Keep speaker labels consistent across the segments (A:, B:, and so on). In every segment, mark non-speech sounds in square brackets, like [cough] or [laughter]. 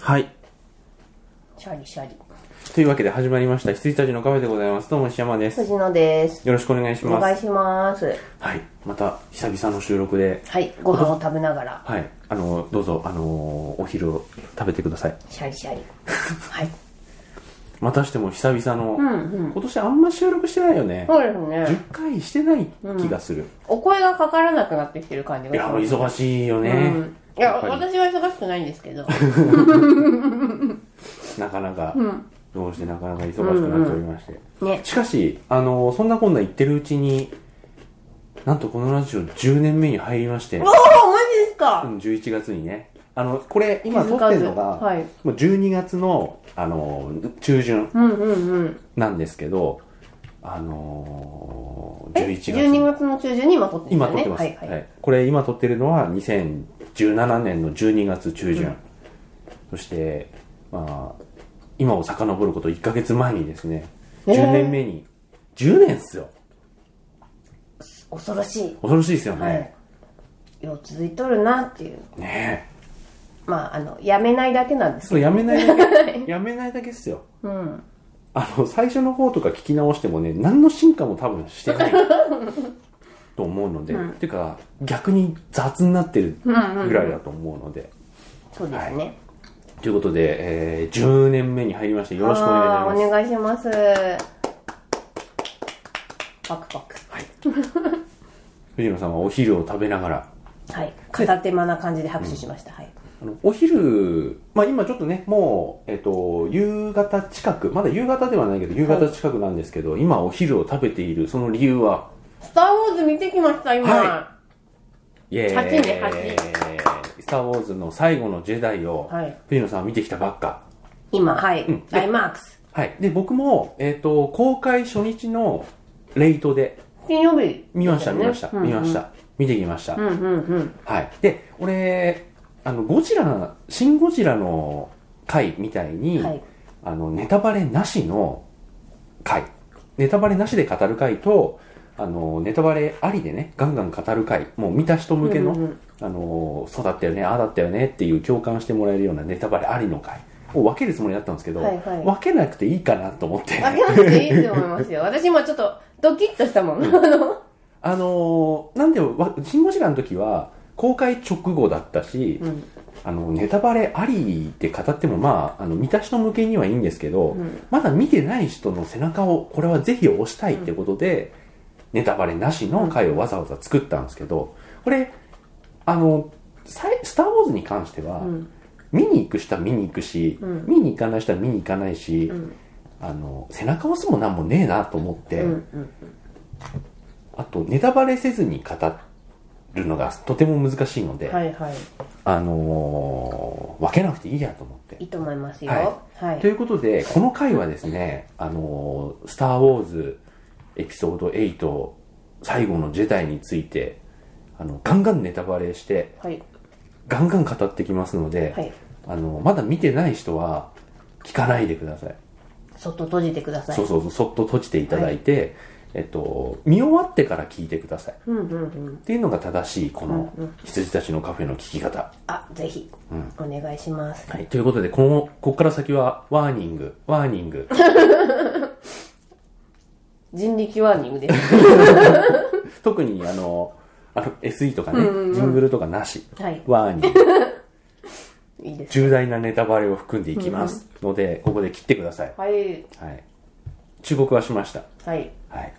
A: はい。
B: シャリシャリ。
A: というわけで始まりました、羊たちのカフェでございます。どうも石山です。
B: 藤野です。
A: よろしくお願いし
B: お願
A: ま
B: い
A: す。
B: します。
A: はい。また、久々の収録で、
B: はい、ご飯を食べながら、
A: はい。あの、どうぞ、あの、お昼を食べてください。
B: シャリシャ [laughs] リ。はい。
A: またしても久々の、
B: うんうん。
A: 今年あんま収録してないよね。
B: そうですね。
A: 10回してない気がする。
B: お声がかからなくなってきてる感じが
A: いや、もう
B: し
A: 忙しいよ
B: ま
A: ね
B: す。うん。いや、
A: やっぱり
B: 私は忙しくないんですけど。
A: なかなか、どうしてなかなか忙しくなっておりまして。
B: ね。
A: しかし、あの、そんなこんな言ってるうちに、なんとこのラジオ10年目に入りまして、
B: おおマジです
A: う
B: か
A: ん11月にね、あの、これ、今撮ってるのが、
B: はい。
A: もう12月の、あの、中旬
B: うんうんうん。
A: なんですけど、あの
B: え、
A: 11月。
B: 12月の中旬に今撮ってるん
A: 今
B: です
A: 撮っ
B: よ
A: て
B: ね。
A: ます、
B: はい
A: はい
B: はい。
A: これ今撮ってるのは2017年の12月中旬、
B: うん
A: そして、まあ、今を遡ること1ヶ月前にですね、
B: えー
A: 10年目に、10年っすよ
B: 恐ろしい。
A: 恐ろしいですよね、
B: はい。よう続いとるなっていう。
A: ねえ
B: まあ、あの、やめないだけなんです
A: そうやめないだ
B: [laughs]
A: けやめないだけっすよ
B: けど。うん。
A: あの最初の方とか聞き直してもね何の進化も多分して
B: [laughs]
A: ないと思うので、ていうか逆に雑になってるぐらいだと思うので、
B: そうですね。
A: ということで、えー10年目に入りましてよろしくお願い
B: あ
A: いたし
B: ー
A: ます
B: お願いします。パクパク。
A: 藤野さんはお昼を食べながら、
B: はい。片手間な感じで拍手しました。はい。
A: あのお昼、まあ今ちょっとね、もう、えっと、夕方近く、まだ夕方ではないけど、夕方近くなんですけど、今お昼を食べているその理由は、
B: スターウォーズ見てきました、今。
A: は
B: は
A: イエーイ
B: 八ね八
A: スター・ウォーズの最後のジェダイを
B: い。、
A: 藤野さんは見てきたばっか。
B: 今、はい。
A: ん
B: ダイマークス。
A: はい。で、僕も、えっと、公開初日のレイトで、
B: 金曜日、
A: 見ました、見ました、
B: うんうん
A: 見ました。見てきました。
B: うんうんうん。
A: [laughs] はい。で、俺、あの、ゴジラ、シン・ゴジラの回みたいに、
B: はい。
A: あの、ネタバレなしの回。ネタバレなしで語る回と、あの、ネタバレありでね、ガンガン語る回、もう見た人向けの、
B: うんうんうん
A: あの、そうだったよね、ああだったよねっていう共感してもらえるようなネタバレありの回を分けるつもりだったんですけど、
B: はいはい
A: 分けなくていいかなと思って。
B: あけなくていいと思いますよ。私今ちょっとドキッとしたもん。あの、
A: あのーなんでわ、シン・ゴジラの時は、公開直後だったし、
B: うん
A: あの、ネタバレありって語っても、まあ、あの、見た人向けにはいいんですけど、
B: ん
A: まだ見てない人の背中を、これはぜひ押したいってことで、ネタバレなしの回をわざわざ作ったんですけど、これ、あの、さいスター・ウォーズに関しては、
B: うん
A: 見に行く人は見に行くし、
B: うん
A: 見に行かない人は見に行かないし、
B: ん
A: あの、背中押すもなんもねえなと思って、
B: うんうん。
A: あと、ネタバレせずに語るのがとても難しいので、
B: はいはい。
A: あのー分けなくていいやと思って
B: い。いと思いますよ。
A: は
B: はい
A: と。いうことで、この回はですね、あのースター・ウォーズエピソード8、最後のジェダイについて、あの、ガンガンネタバレして、
B: はい。
A: ガンガン語ってきますので、
B: はい。
A: あの、まだ見てない人は、聞かないでください。
B: そっと閉じてください
A: そう。そうそう、そっと閉じていただいて、えっと、見終わってから聞いてください。
B: うんうんうん
A: っ。ていうのが正しいこの
B: うんうん
A: 羊たちのカフェの聞き方。
B: あ、ぜひ、お願いします。
A: はい、ということで、この、ここから先はワーニング、ワーニン
B: [laughs]
A: グ。
B: 人力ワーニングで
A: [laughs]
B: す。
A: 特にあの、あの SE とかね、ジングルとかなし。
B: はい。
A: ワーニング。
B: いいです。
A: 重大なネタバレを含んでいきますので、ここで切ってください。
B: はい。
A: はい。忠告はしました。
B: はい。
A: はい。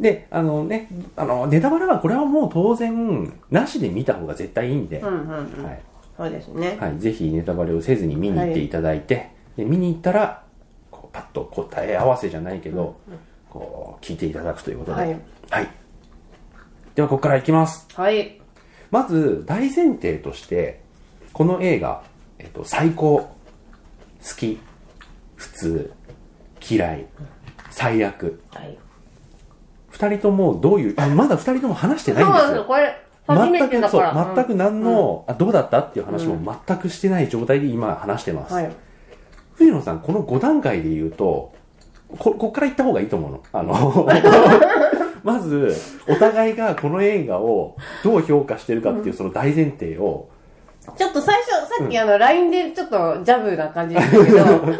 A: で、あのね、あの、ネタバレはこれはもう当然、なしで見た方が絶対いいんで、
B: うんうんうん。
A: はい。
B: そうですね。
A: はい、ぜひネタバレをせずに見に行っていただいて、で見に行ったらこうパッと答え合わせじゃないけど、こう聞いていただくということで、は
B: はいい
A: ではここからいきます
B: はい。
A: まず大前提としてこの映画、えっと、最高好き普通嫌い最悪
B: はい。
A: 2人ともどういうあまだ2人とも話してない
B: そうん
A: で
B: な
A: す
B: んですよ。
A: よ
B: これ、初め
A: 全
B: てだ
A: く
B: か
A: そう
B: ら。
A: 全く何の、あどうだったっていう話も全くしてない状態で今話してます、
B: うんはい。
A: 藤野さん、この5段階で言うと、こ、こっから行った方がいいと思うの。あの、 [laughs] まず、お互いがこの映画をどう評価してるかっていうその大前提を、
B: ちょっと最初、最っきあの、LINE でちょっとジャブな感じでしたけど、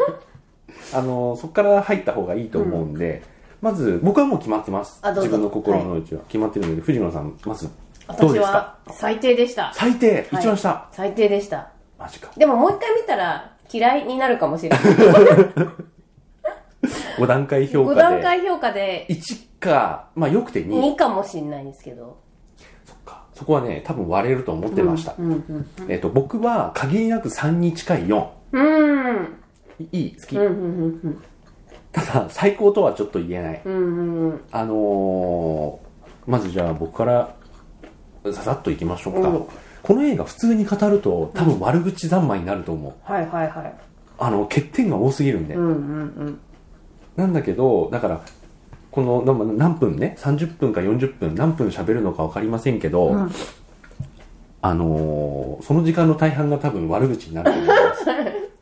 A: [laughs] あのそこから入った方がいいと思うんで、まず僕はもう決まってます
B: あどうぞ
A: 自分の心の内は、決まってるので藤野さんまずどう
B: 私
A: ですか
B: は最低でした。
A: 最低、
B: はい
A: 一番下
B: 最低でした。
A: マジか
B: でももう一回見たら嫌いになるかもしれない。
A: 5段階評価
B: 5
A: で
B: 段階評価で
A: 1かまあよくて2
B: 2かもしれないんですけど。
A: かそこはね多分割れると思ってました、
B: うんうん。
A: えっと僕は限りなく3に近い4
B: うん。
A: いい好き、
B: うんうんうん
A: ただ最高とはちょっと言えない
B: うん。うんうん
A: あのーまずじゃあ僕からささっといきましょうか、
B: うん
A: この映画普通に語ると多分悪口三昧になると思う、
B: はいはいはい。
A: あの欠点が多すぎるんで、
B: うんうん
A: なんだけどだからこのな何分ね30分か40分何分喋るのか分かりませんけど、
B: うん
A: あのーその時間の大半が多分悪口になると思います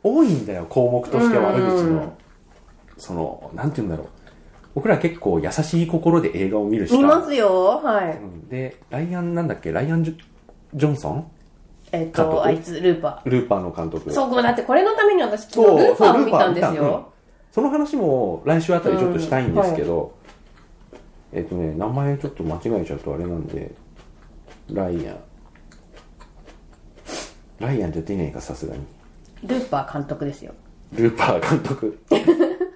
B: [laughs]
A: 多いんだよ項目として悪口
B: うんうんう
A: の
B: ん
A: そのなんて言うんだろう僕ら結構優しい心で映画を見るし
B: うん。見ますよ。はい。
A: うんでライアンなんだっけライアンジョ・ジョンソン
B: えっ
A: 監督
B: と、あいつ、ルーパ
A: ルーパーの監督
B: ー。そう、だってこれのために私昨
A: そう
B: 日ルーパー
A: そう
B: を見たんです
A: ルーパー見
B: よ。
A: その話も来週あたりちょっとしたいんですけど、えっ、とね名前ちょっと間違えちゃうとあれなんでライアンライアンじゃ出ないかさすがに
B: ルーパー監督ですよ。
A: ルーパー監督 [laughs]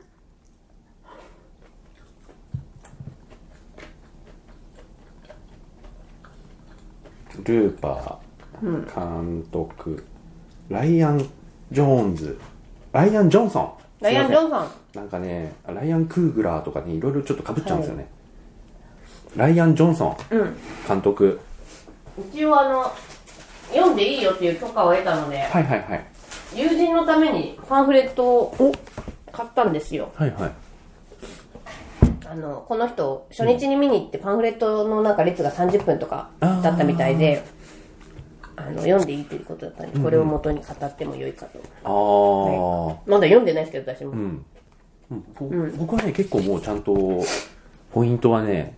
A: ルーパー監督、ライアン・ジョーンズライアン・ジョンソン
B: ライアン・
A: す
B: ジ
A: いません
B: ョンさん。
A: なんかね、ライアン・クーグラーとかね、いろいろちょっとかぶっちゃうんですよね。ライアン・ジョンソン
B: うん。
A: 監督。
B: 一応あの、読んでいいよっていう許可を得たので、
A: はいはいはい。
B: 友人のためにパンフレットを買ったんですよ。
A: はいはい。
B: あの、この人、初日に見に行ってパンフレットのなんか列が30分とかだったみたいで、あの、読んでいいということだったんで、これを元に語っても良いかと。
A: あー。
B: まだ読んでないですけど、私も。
A: うん、ぼ僕はね、結構もうちゃんと、ポイントはね、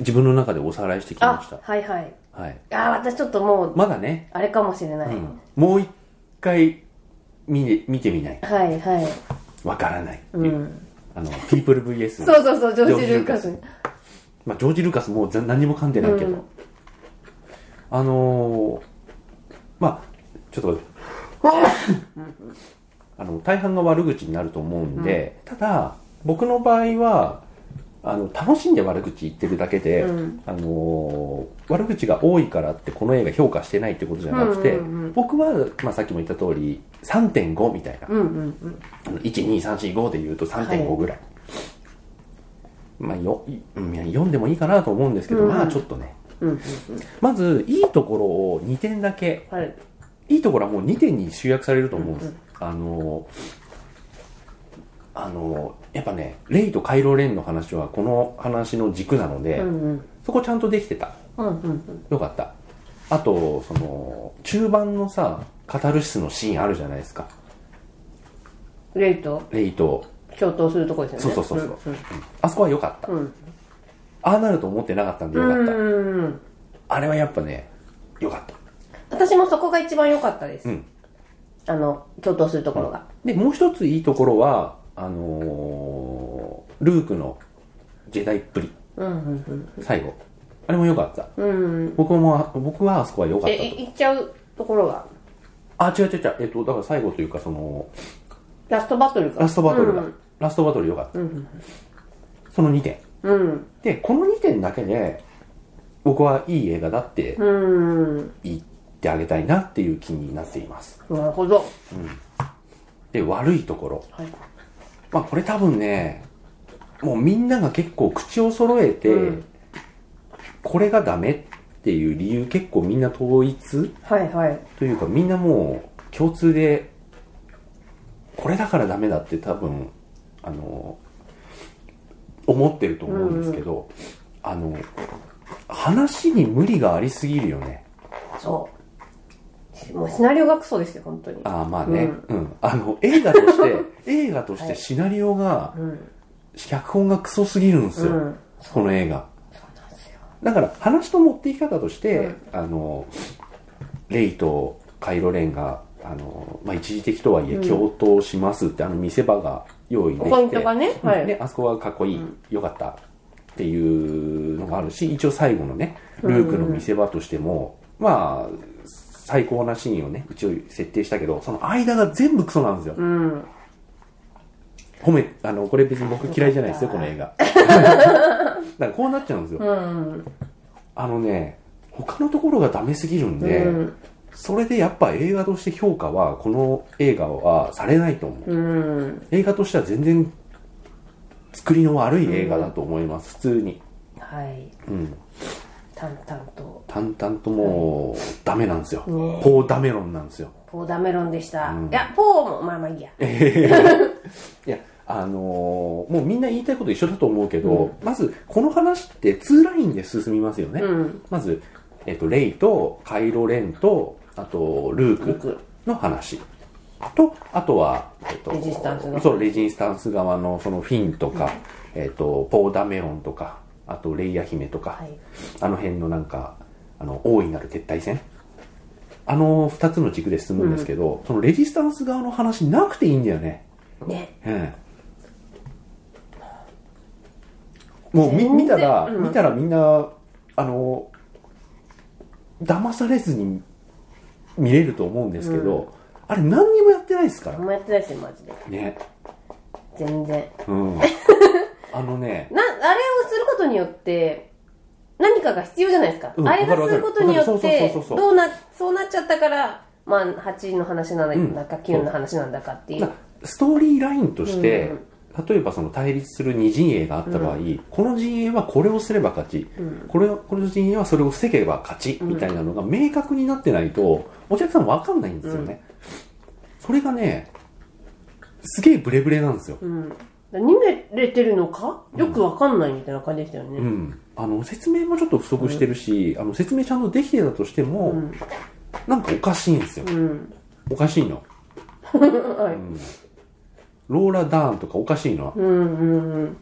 A: 自分の中でおさらいしてきまし
B: あ
A: た、。
B: はいはい。
A: はい。
B: ああ、私ちょっともう、
A: まだね、
B: あれかもしれない。
A: うんもう一回見れ見てみない。
B: はいはい。
A: わからないって
B: う
A: いう。
B: ん。
A: あの、ピープル VS の
B: そうそうそう、ジョージ・ルーカス。
A: まあ、ジョージ・ルーカスもう全何も噛んでないけど、
B: うん
A: あのーまあちょっと待ってあの大半が悪口になると思うんで、ただ僕の場合はあの楽しんで悪口言ってるだけで、
B: うん
A: あのー悪口が多いからってこの映画評価してないってことじゃなくて、
B: うんうんうん
A: 僕は、まあ、さっきも言った通り3.5みたいな
B: うんうんうん。
A: 12345で言うと3.5ぐらい、まあよいうんいや読んでもいいかなと思うんですけど、
B: うん
A: まあちょっとね
B: うんうん
A: まずいいところを2点だけ
B: うん。はい。
A: いいところはもう2点に集約されると思うんです、あのあのやっぱねレイとカイロ・レンの話はこの話の軸なので、
B: うんうん。
A: そこちゃんとできてた
B: うんうんうん。
A: よかったあとその中盤のさカタルシスのシーンあるじゃないですか
B: レイと
A: レイと
B: 共闘するとこですよね。
A: そうそうそうそ
B: うん
A: あそこは良かった
B: うん。うん
A: ああなると思ってなかったんでよ
B: う
A: かった、
B: んうん。
A: あれはやっぱねよかった
B: 私もそこが一番良かったです。
A: うん
B: あの、共闘するところが。
A: でもう一ついいところはあのールークのジェダイっぷり
B: うんうん
A: 最後あれもよかった
B: うん。うん。
A: 僕も僕はあそこは良かっ
B: え、
A: たと
B: い行っちゃうところが。
A: あ違う違う違うえっとだから最後というかその
B: ラストバトルが。
A: ラストバトルだ、
B: うん
A: ラストバトル良かった、
B: ん
A: その2点
B: うん。
A: でこの2点だけで僕はいい映画だって
B: うん。
A: 言ってあげたいなっていう気になっています
B: なるほど。
A: で悪いところ
B: はい。
A: まあこれ多分ね、もうみんなが結構口を揃えて、
B: うん
A: これがダメっていう理由結構みんな統一
B: はいはい。
A: というかみんなもう共通で、これだからダメだって多分、あの、思ってると思うんですけど、あの、話に無理がありすぎるよね。
B: そう。もうシナリオがクソですよ、本当に。
A: ああ、まあね、うん。あの、映画と [laughs] して、映画としてシナリオが、
B: うん。
A: 脚本がクソすぎるんです
B: う
A: よ。
B: ん。
A: この映画。
B: そうなんですよ。
A: だから話の持っていき方として、
B: うん
A: あのレイとカイロレンがあの、まあ、一時的とはいえ共闘しますって、あの見せ場が用意できて
B: ポイントがね
A: うん
B: はい
A: あそこはかっこいい、よかったっていうのがあるし一応最後のねルークの見せ場としても、まあ最高なシーンをね一応設定したけどその間が全部クソなんですよ、
B: うん。
A: 褒めあのこれ別に僕嫌いじゃないですよこの映
B: [laughs]
A: 画だからこうなっちゃうんですよ、
B: うん。
A: あのね他のところがダメすぎるんで、
B: うん
A: それでやっぱ映画として評価はこの映画はされないと思う、
B: うん。
A: 映画としては全然作りの悪い映画だと思います、普通に、
B: はい。
A: うん、
B: 淡々と。
A: 淡々ともうダメなんですよ、
B: ね
A: ポーダメロンなんですよ
B: ポーダメロンでした。
A: うん
B: いや、ポーも、まあまあいいや。
A: いやあのーもうみんな言いたいこと一緒だと思うけど、まずこの話ってツーラインで進みますよね、
B: うん。
A: まず、えっとレイとカイロレンとあとル
B: ル
A: ーク
B: ーク
A: の話とあとは、えっと
B: レジスタンスの
A: そうレジスタンス側のそのフィンとか、えっとポーダメロンとかあとレイヤ姫とか、
B: はい。
A: あの辺のなんかあの大いなる撤退戦あの2つの軸で進むんですけど、そのレジスタンス側の話なくていいんだよね
B: ね。
A: うんもうみ
B: 全然
A: 見たら、
B: うん
A: 見たらみんなあの騙されずに見れると思うんですけど、あれ何にもやってないですか
B: あ
A: ら
B: んまやってないですよ、マジで。
A: ね
B: 全然。
A: うん
B: [laughs]
A: あのね
B: な、あれをすることによって、何かが必要じゃないですか。
A: うん
B: あれ
A: わか
B: が
A: るわ
B: す
A: か
B: る
A: る
B: ことに
A: わ
B: よっ
A: かるそう
B: て
A: そうそう、そう
B: どうな、そうなっちゃったから、まあ、8の話なんだか、
A: うん
B: 9の話なんだかっていう。
A: ストーリーラインとして、
B: う
A: 例えばその対立する2陣営があった場合、この陣営はこれをすれば勝ち、
B: うん
A: これをこの陣営はそれを防げば勝ちみたいなのが明確になってないとお客さん分かんないんですよね、それがねすげえブレブレなんですよ、
B: うん。逃げれてるのかよくわかんないみたいな感じでしたよ
A: う
B: ね。
A: ん、あの説明もちょっと不足してるし、あの説明ちゃんとできてたとしても、
B: ん
A: なんかおかしいんですよ、
B: うん。
A: おかしいの
B: [laughs] はい。
A: ローラ・ダーンとかおかしいのは
B: うんうんうん。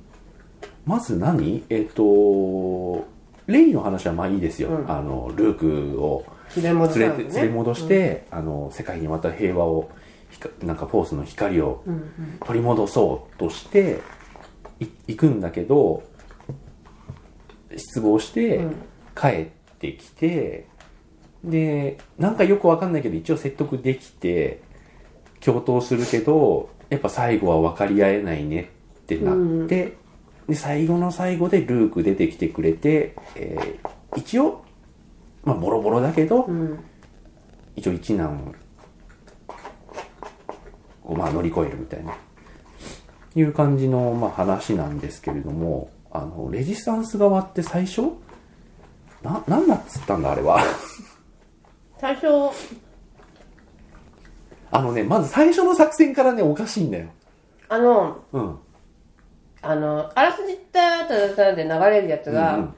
A: まず何えっ、とレイの話はまあいいですよ、
B: うん
A: あのルークを
B: 連れ戻さ
A: 連
B: な
A: れ
B: い
A: て
B: のね
A: 連れ戻して、あの世界にまた平和をひかなんかフォースの光を
B: うんうん
A: 取り戻そうとしてい行くんだけど失望して
B: うん
A: 帰ってきて、でなんかよくわかんないけど一応説得できて共闘するけどやっぱ最後は分かり合えないねってなって、で最後の最後でルーク出てきてくれて、えー一応まあボロボロだけど、
B: うん
A: 一応一難をまあ乗り越えるみたいないう感じのまあ話なんですけれどもあのレジスタンス側って最初ななんだっつったんだあれは [laughs]
B: 最初、
A: あのねまず最初の作戦からねおかしいんだよ
B: あの、
A: うん
B: あの、あらすじったただただで流れるやつが、
A: うんうん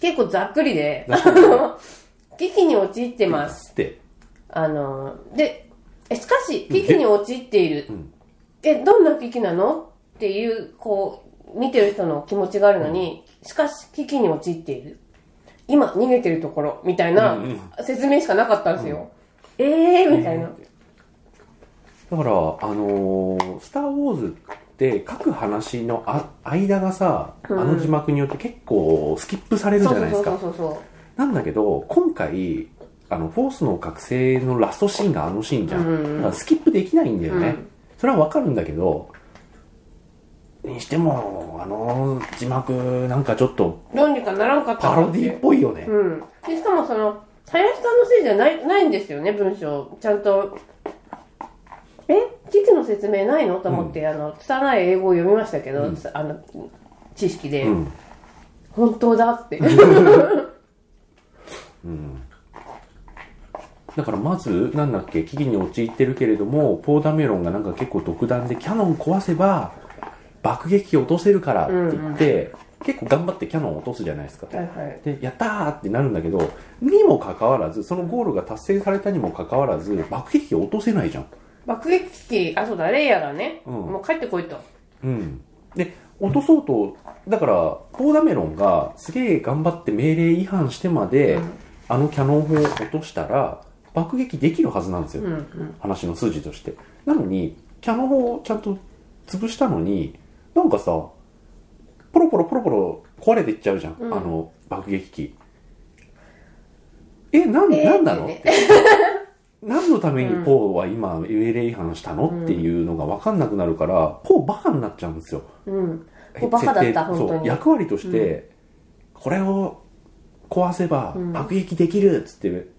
B: 結構ざっくりで、
A: ざっくりね
B: あの危機に陥ってます。
A: って
B: あの、で、えしかし、危機に陥っている。
A: ん
B: え、どんな危機なのっていう、こう、見てる人の気持ちがあるのに、しかし、危機に陥っている。今、逃げてるところ、みたいな
A: うんうん
B: 説明しかなかったんですよ。えー、みたいな。
A: だからあのースター・ウォーズ」って各話のあ間がさあの字幕によって結構スキップされるじゃ
B: そう
A: ないで
B: そ
A: す
B: う
A: か
B: そうそうそ
A: なんだけど、今回、あの、フォースの覚醒のラストシーンがあのシーンじゃん。
B: うんうんうん
A: だからスキップできないんだよね。
B: うん
A: それはわかるんだけど、にしても、あの字幕なんかちょっと
B: う。どうにかならんかった
A: パ
B: な
A: ロ
B: っ
A: デ
B: て
A: ィっぽいよね。
B: うん。で、しかもその、林さんのせいじゃない、ないんですよね、文章。ちゃんと。え危機の説明ないのと思って、あの、拙い英語を読みましたけど、つあの、知識で、
A: うん。
B: 本当だって。
A: [laughs] だからまず、なんだっけ、危機に陥ってるけれども、ポーダメロンがなんか結構独断で、キャノン壊せば、爆撃機落とせるからって言って、結構頑張ってキャノン落とすじゃないですか。
B: はいはい。
A: で、やったーってなるんだけど、にもかかわらず、そのゴールが達成されたにもかかわらず、爆撃機落とせないじゃん。
B: 爆撃機、あ、そうだ、レイヤーがね、
A: うん
B: もう帰ってこいと。
A: うん。で、落とそうと、だから、ポーダメロンがすげえ頑張って命令違反してまで、あのキャノン砲を落としたら、爆撃できるはずなんですよ、
B: うんうん
A: 話の筋としてなのにキャノンをちゃんと潰したのになんかさポロポロポロポロ壊れていっちゃうじゃん、
B: うん
A: あの爆撃機えなん,、
B: えー
A: なんなの
B: っ
A: ってて何のためにポーは今命令違反したの、っていうのが分かんなくなるからポーバカになっちゃうんですよ
B: うんポーバカだった
A: 設定
B: 本当に
A: そう役割として、これを壊せば
B: うん
A: 爆撃できるっつって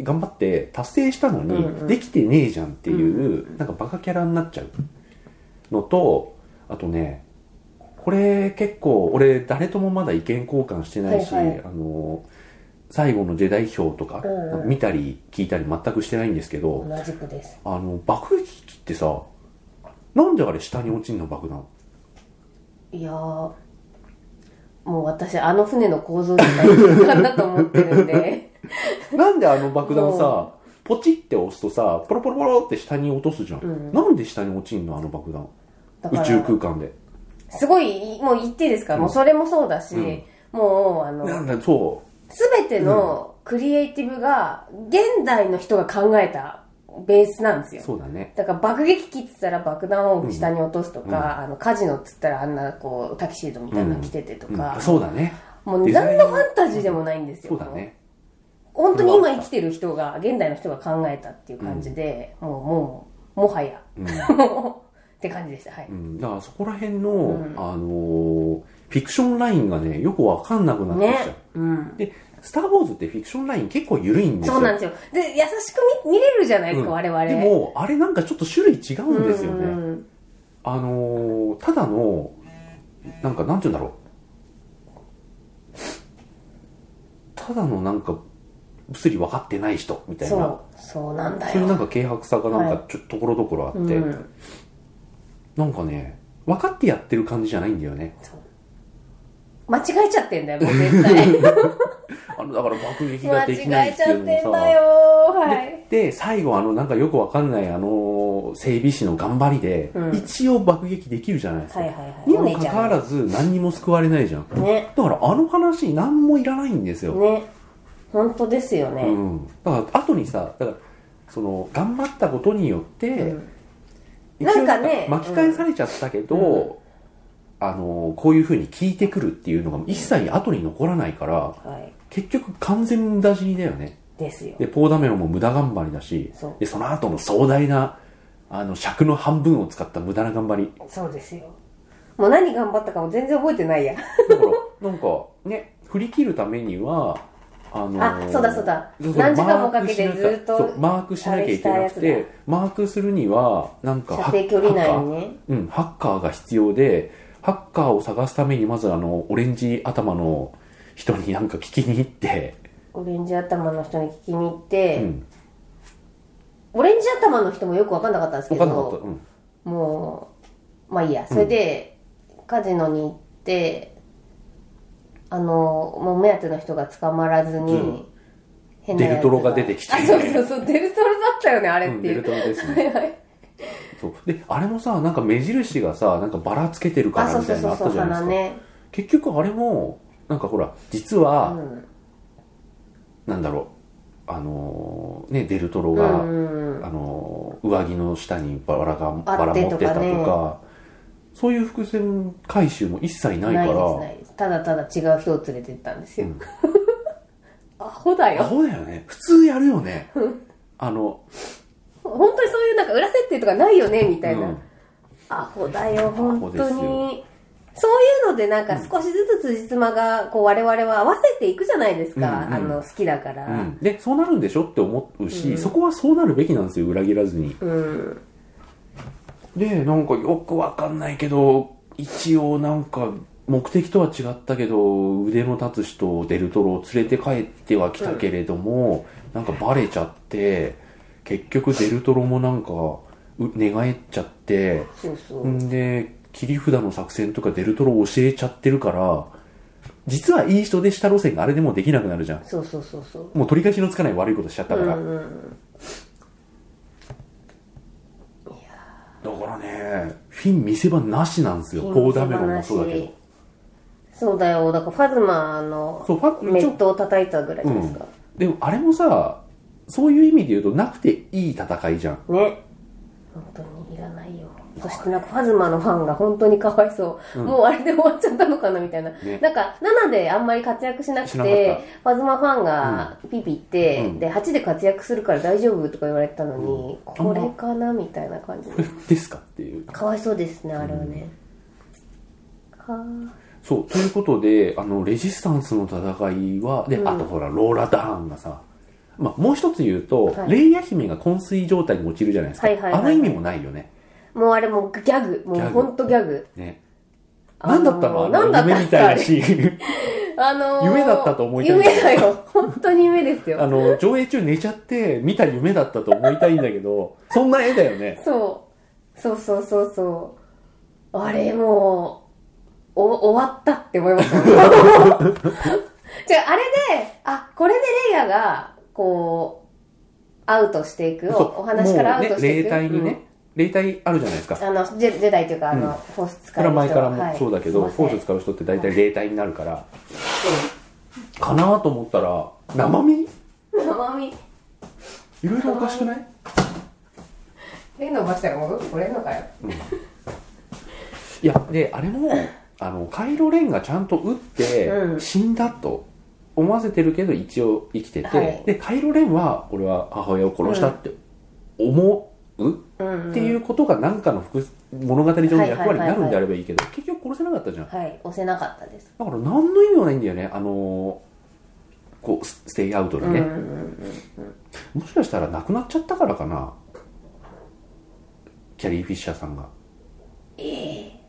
A: 頑張って達成したのに、
B: うんうん
A: できてねえじゃんっていう、なんかバカキャラになっちゃうのとあとねこれ結構俺誰ともまだ意見交換してないし、
B: はいはい
A: あの最後のジェダイ表とか
B: うんうん
A: 見たり聞いたり全くしてないんですけど、
B: 同じくです
A: あの爆撃機ってさなんであれ下に落ちんの爆弾
B: いやーもう私あの船の構造自体なんだと思ってるんで
A: なんであの爆弾
B: も
A: さ、ポチって押すとさ、ポロポロポロって下に落とすじゃん。
B: うん
A: なんで下に落ちんのあの爆弾。[laughs]
B: だ
A: 宇
B: から
A: 宙空間で。
B: すごいもう言っていいですか、
A: うん
B: もうそれもそうだし、
A: うん
B: もうあの
A: なんだ、そ
B: 全てのクリエイティブが現代の人が考えたベースなんです
A: う。
B: よ
A: そうだね。
B: だから爆撃機って言ったら爆弾を下に落とすとか、あのカジノって言ったらあんなこうタキシードみたいなの着ててと
A: うん
B: か、
A: そうだね。
B: もう
A: デザイ
B: 何
A: ン
B: のファンタジーでもないんです
A: そ
B: よ、
A: うだね。
B: 本当に今生きてる人が現代の人が考えたっていう感じで、もうもうもはや、 [laughs] もうって感じでしたはい、
A: うん。だからそこら辺の、あのーフィクションラインがね、よくわかんなくなってきちゃう。
B: ねうん
A: で、スター・ウォーズってフィクションライン結構緩いんですよ。
B: そうなんですよで優しく見見れるじゃないですか、
A: うん
B: 我々
A: でも、あれなんかちょっと種類違うんですよね。
B: うん
A: あのーただの、なんか、なんて言うんだろう。ただのなんか、物理分かってない人みたい
B: そ
A: な
B: う。そうなんだ
A: そういうなん
B: よ
A: か軽薄さがなんかちょっとところどころあって、
B: うん
A: なんかね、分かってやってる感じじゃないんだよね。
B: そう間違えちゃってんだよもう
A: [laughs]
B: 絶対
A: あの、だから爆撃ができ
B: 間
A: な
B: 違
A: いって
B: えちゃ
A: い
B: っ
A: う
B: てん
A: の
B: だよ
A: もさ。
B: はい
A: で、最後あの、なんかよくわかんないあの、整備士の頑張りで、
B: うん
A: 一応爆撃できるじゃないですか。
B: はいはいはい
A: に
B: お
A: も
B: 姉
A: か
B: ち
A: か
B: ゃん
A: わらず何にも救われないじゃん。
B: ね
A: だからあの話何もいらないんですよ、
B: ね本当ですよね、
A: うん、だから後にさだからその頑張ったことによって、
B: うん
A: 一応
B: なんかね
A: 巻き返されちゃったけど、
B: う
A: あのこういうふうに聞いてくるっていうのが一切後に残らないから
B: はい
A: 結局完全無駄死にだよね
B: ですよ
A: でポーダメロンも無駄頑張りだし
B: そう
A: でその後の壮大なあの尺の半分を使った無駄な頑張り
B: そうですよもう何頑張ったかも全然覚えてないや
A: だからなんかね振り切るためにはあの
B: あそうだそうだ
A: そうそう
B: 何時間もかけて
A: マークしなきゃ
B: ずっと
A: そうマークしなきゃいけなく
B: あれしたや
A: てマークするにはなんか
B: 射程距離内に
A: ハッカ
B: ね
A: ーうんハッカーが必要でハッカーを探すためにまずあのオレンジ頭の人になんか聞きに行って、
B: オレンジ頭の人に聞きに行って、
A: うん、
B: オレンジ頭の人もよく分かんなかったんですけ
A: 分かんなかった、
B: ど
A: うん、
B: もうまあいいやそれで、カジノに行ってあのもう目当ての人が捕まらずに、
A: うん
B: 変
A: デルトロが出てきて
B: あそうそうそうデルトロだったよねあれっ
A: うんデ
B: ていう、
A: ルトロですねそうであれもさなんか目印がさなんかバラつけてるか
B: あ
A: ら
B: そう
A: み
B: そ
A: た
B: う
A: いな
B: そ
A: のあっ
B: うそう
A: たじゃないで
B: 花
A: すか
B: ね
A: 結局あれもなんかほら実は、
B: うん
A: なんだろうあのーねデルトロ
B: う
A: が、
B: ん
A: あのー上着の下にバラがバ
B: あ
A: ラ
B: って
A: 持
B: とか
A: って
B: ね
A: たとかそういう伏線回収も一切ないか
B: な
A: ら
B: いですないですただただ違う人を連れてったんですよ、
A: うん
B: [laughs] アホだ
A: ア
B: よ
A: ホだよね普通やるよねあの
B: 本当にそういうなんか裏設定とかないよねみたいな、
A: うん
B: アホだよ
A: ホ
B: 本
A: です
B: 当
A: よ
B: にそういうのでなんか少しずつ辻褄がこう我々は合わせていくじゃないですか、
A: うんうん
B: あの好きだから
A: う、ん、でそうなるんでしょって思うし、そこはそうなるべきなんですよ裏切らずに
B: うん
A: でなんかよくわかんないけど一応なんか目的とは違ったけど腕の立つ人をデルトロを連れて帰ってはきたけれども、なんかバレちゃって結局デルトロもなんかう寝返っちゃって
B: そうそう、
A: んで切り札の作戦とかデルトロ教えちゃってるから実はいい人でした路線があれでもうできなくなるじゃん
B: そうそうそうそう
A: もう取り返しのつかない悪いことしちゃったから、
B: うんうん
A: だからねフィン見せ場なしなんですよポーダメロンもそうだけど
B: そうだよだからファズマの
A: そうファ
B: メットを叩いたぐらい
A: うん
B: ですか、
A: でもあれもさそういう意味で言うとなくていい戦いじゃん
B: ね本当にいらないよそしてなんかファズマのファンが本当にかわいそう、もうあれで終わっちゃったのかなみたいな、
A: ね
B: なんか7であんまり活躍しなく
A: してなかっ
B: ファズマファンがピーピー言って、
A: うん
B: で8で活躍するから大丈夫とか言われてたのに、
A: うん
B: これかなみたいな感じで
A: ですかっていう
B: かわいそうですねあれはね、は
A: そうということであのレジスタンスの戦いはで、あとほらローラ・ダーンがさ、まあ、もう一つ言うと、
B: はい
A: レイヤ姫が昏睡状態に陥るじゃないですか、
B: はいはいはい
A: あの意味もないよね
B: あもうあれもうギャグもう
A: ギャグ
B: ほんとギャグ
A: ね
B: あの
A: 何だったのあ
B: なんだった
A: の夢
B: っけ
A: みたい [laughs] なシーン
B: あのー
A: 夢だったと思いたいんだけ
B: 夢だよ本当に夢です
A: あ
B: よ
A: の上映中寝ちゃって見た夢だったと思いたいんだけどそんな絵だよね
B: そうそうそうそうそうあれもうお終わったって思いましたじゃあれであこれでレイヤがこうアウトしていく
A: そう
B: おお話からアウ
A: も
B: ト
A: う
B: し
A: ね
B: てい
A: 霊
B: く
A: 体に
B: うん
A: ね、霊体あるじゃないですか
B: あのジェジェダイというかあの、フォース
A: こ
B: 使い
A: れ
B: の
A: は前
B: 人
A: から
B: は
A: も
B: い
A: そうだけど、
B: すい
A: フォ
B: ま
A: ー
B: せん
A: ス使う人って大体霊体になるから、かなと思ったら生身い
B: 生身
A: ろいろおかしくない
B: 手伸ばしたら戻ってこれんのかよ
A: いやであれもあのカイロレンがちゃんと撃って
B: うん
A: 死んだと思わせてるけど一応生きてて、
B: はい
A: でカイロレンは俺は母親を殺したって思う、
B: うん、うん、
A: っていうことが何かの複物語上の役割になるんであればいいけど、結局殺せなかったじゃん
B: はい押せなかったです
A: だから何の意味もないんだよねあのーこうスステイアウトにね、
B: うんうんうん
A: もしかしたら亡くなっちゃったからかなキャリー・フィッシャーさんが
B: ええ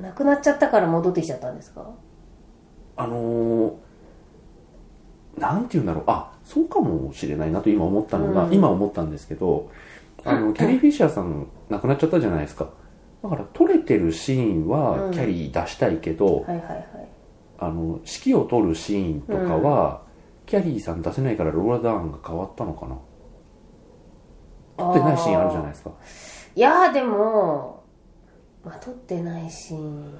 B: なくなっちゃったから戻ってきちゃったんですか
A: あのーなんて言うんだろうあそうかもしれないなと今思ったのが、
B: うん
A: 今思ったんですけどあのキャリー・フィッシャーさん亡くなっちゃったじゃないですかだから撮れてるシーン
B: う
A: は
B: ん
A: キャリー出したいけど、
B: はいはいはい
A: あの指揮を取るシーンとかは、キャリーさん出せないからローラ・ダーンが変わったのかな撮ってないシーンあるじゃないですか
B: いやーでも、まあ、撮ってないシーン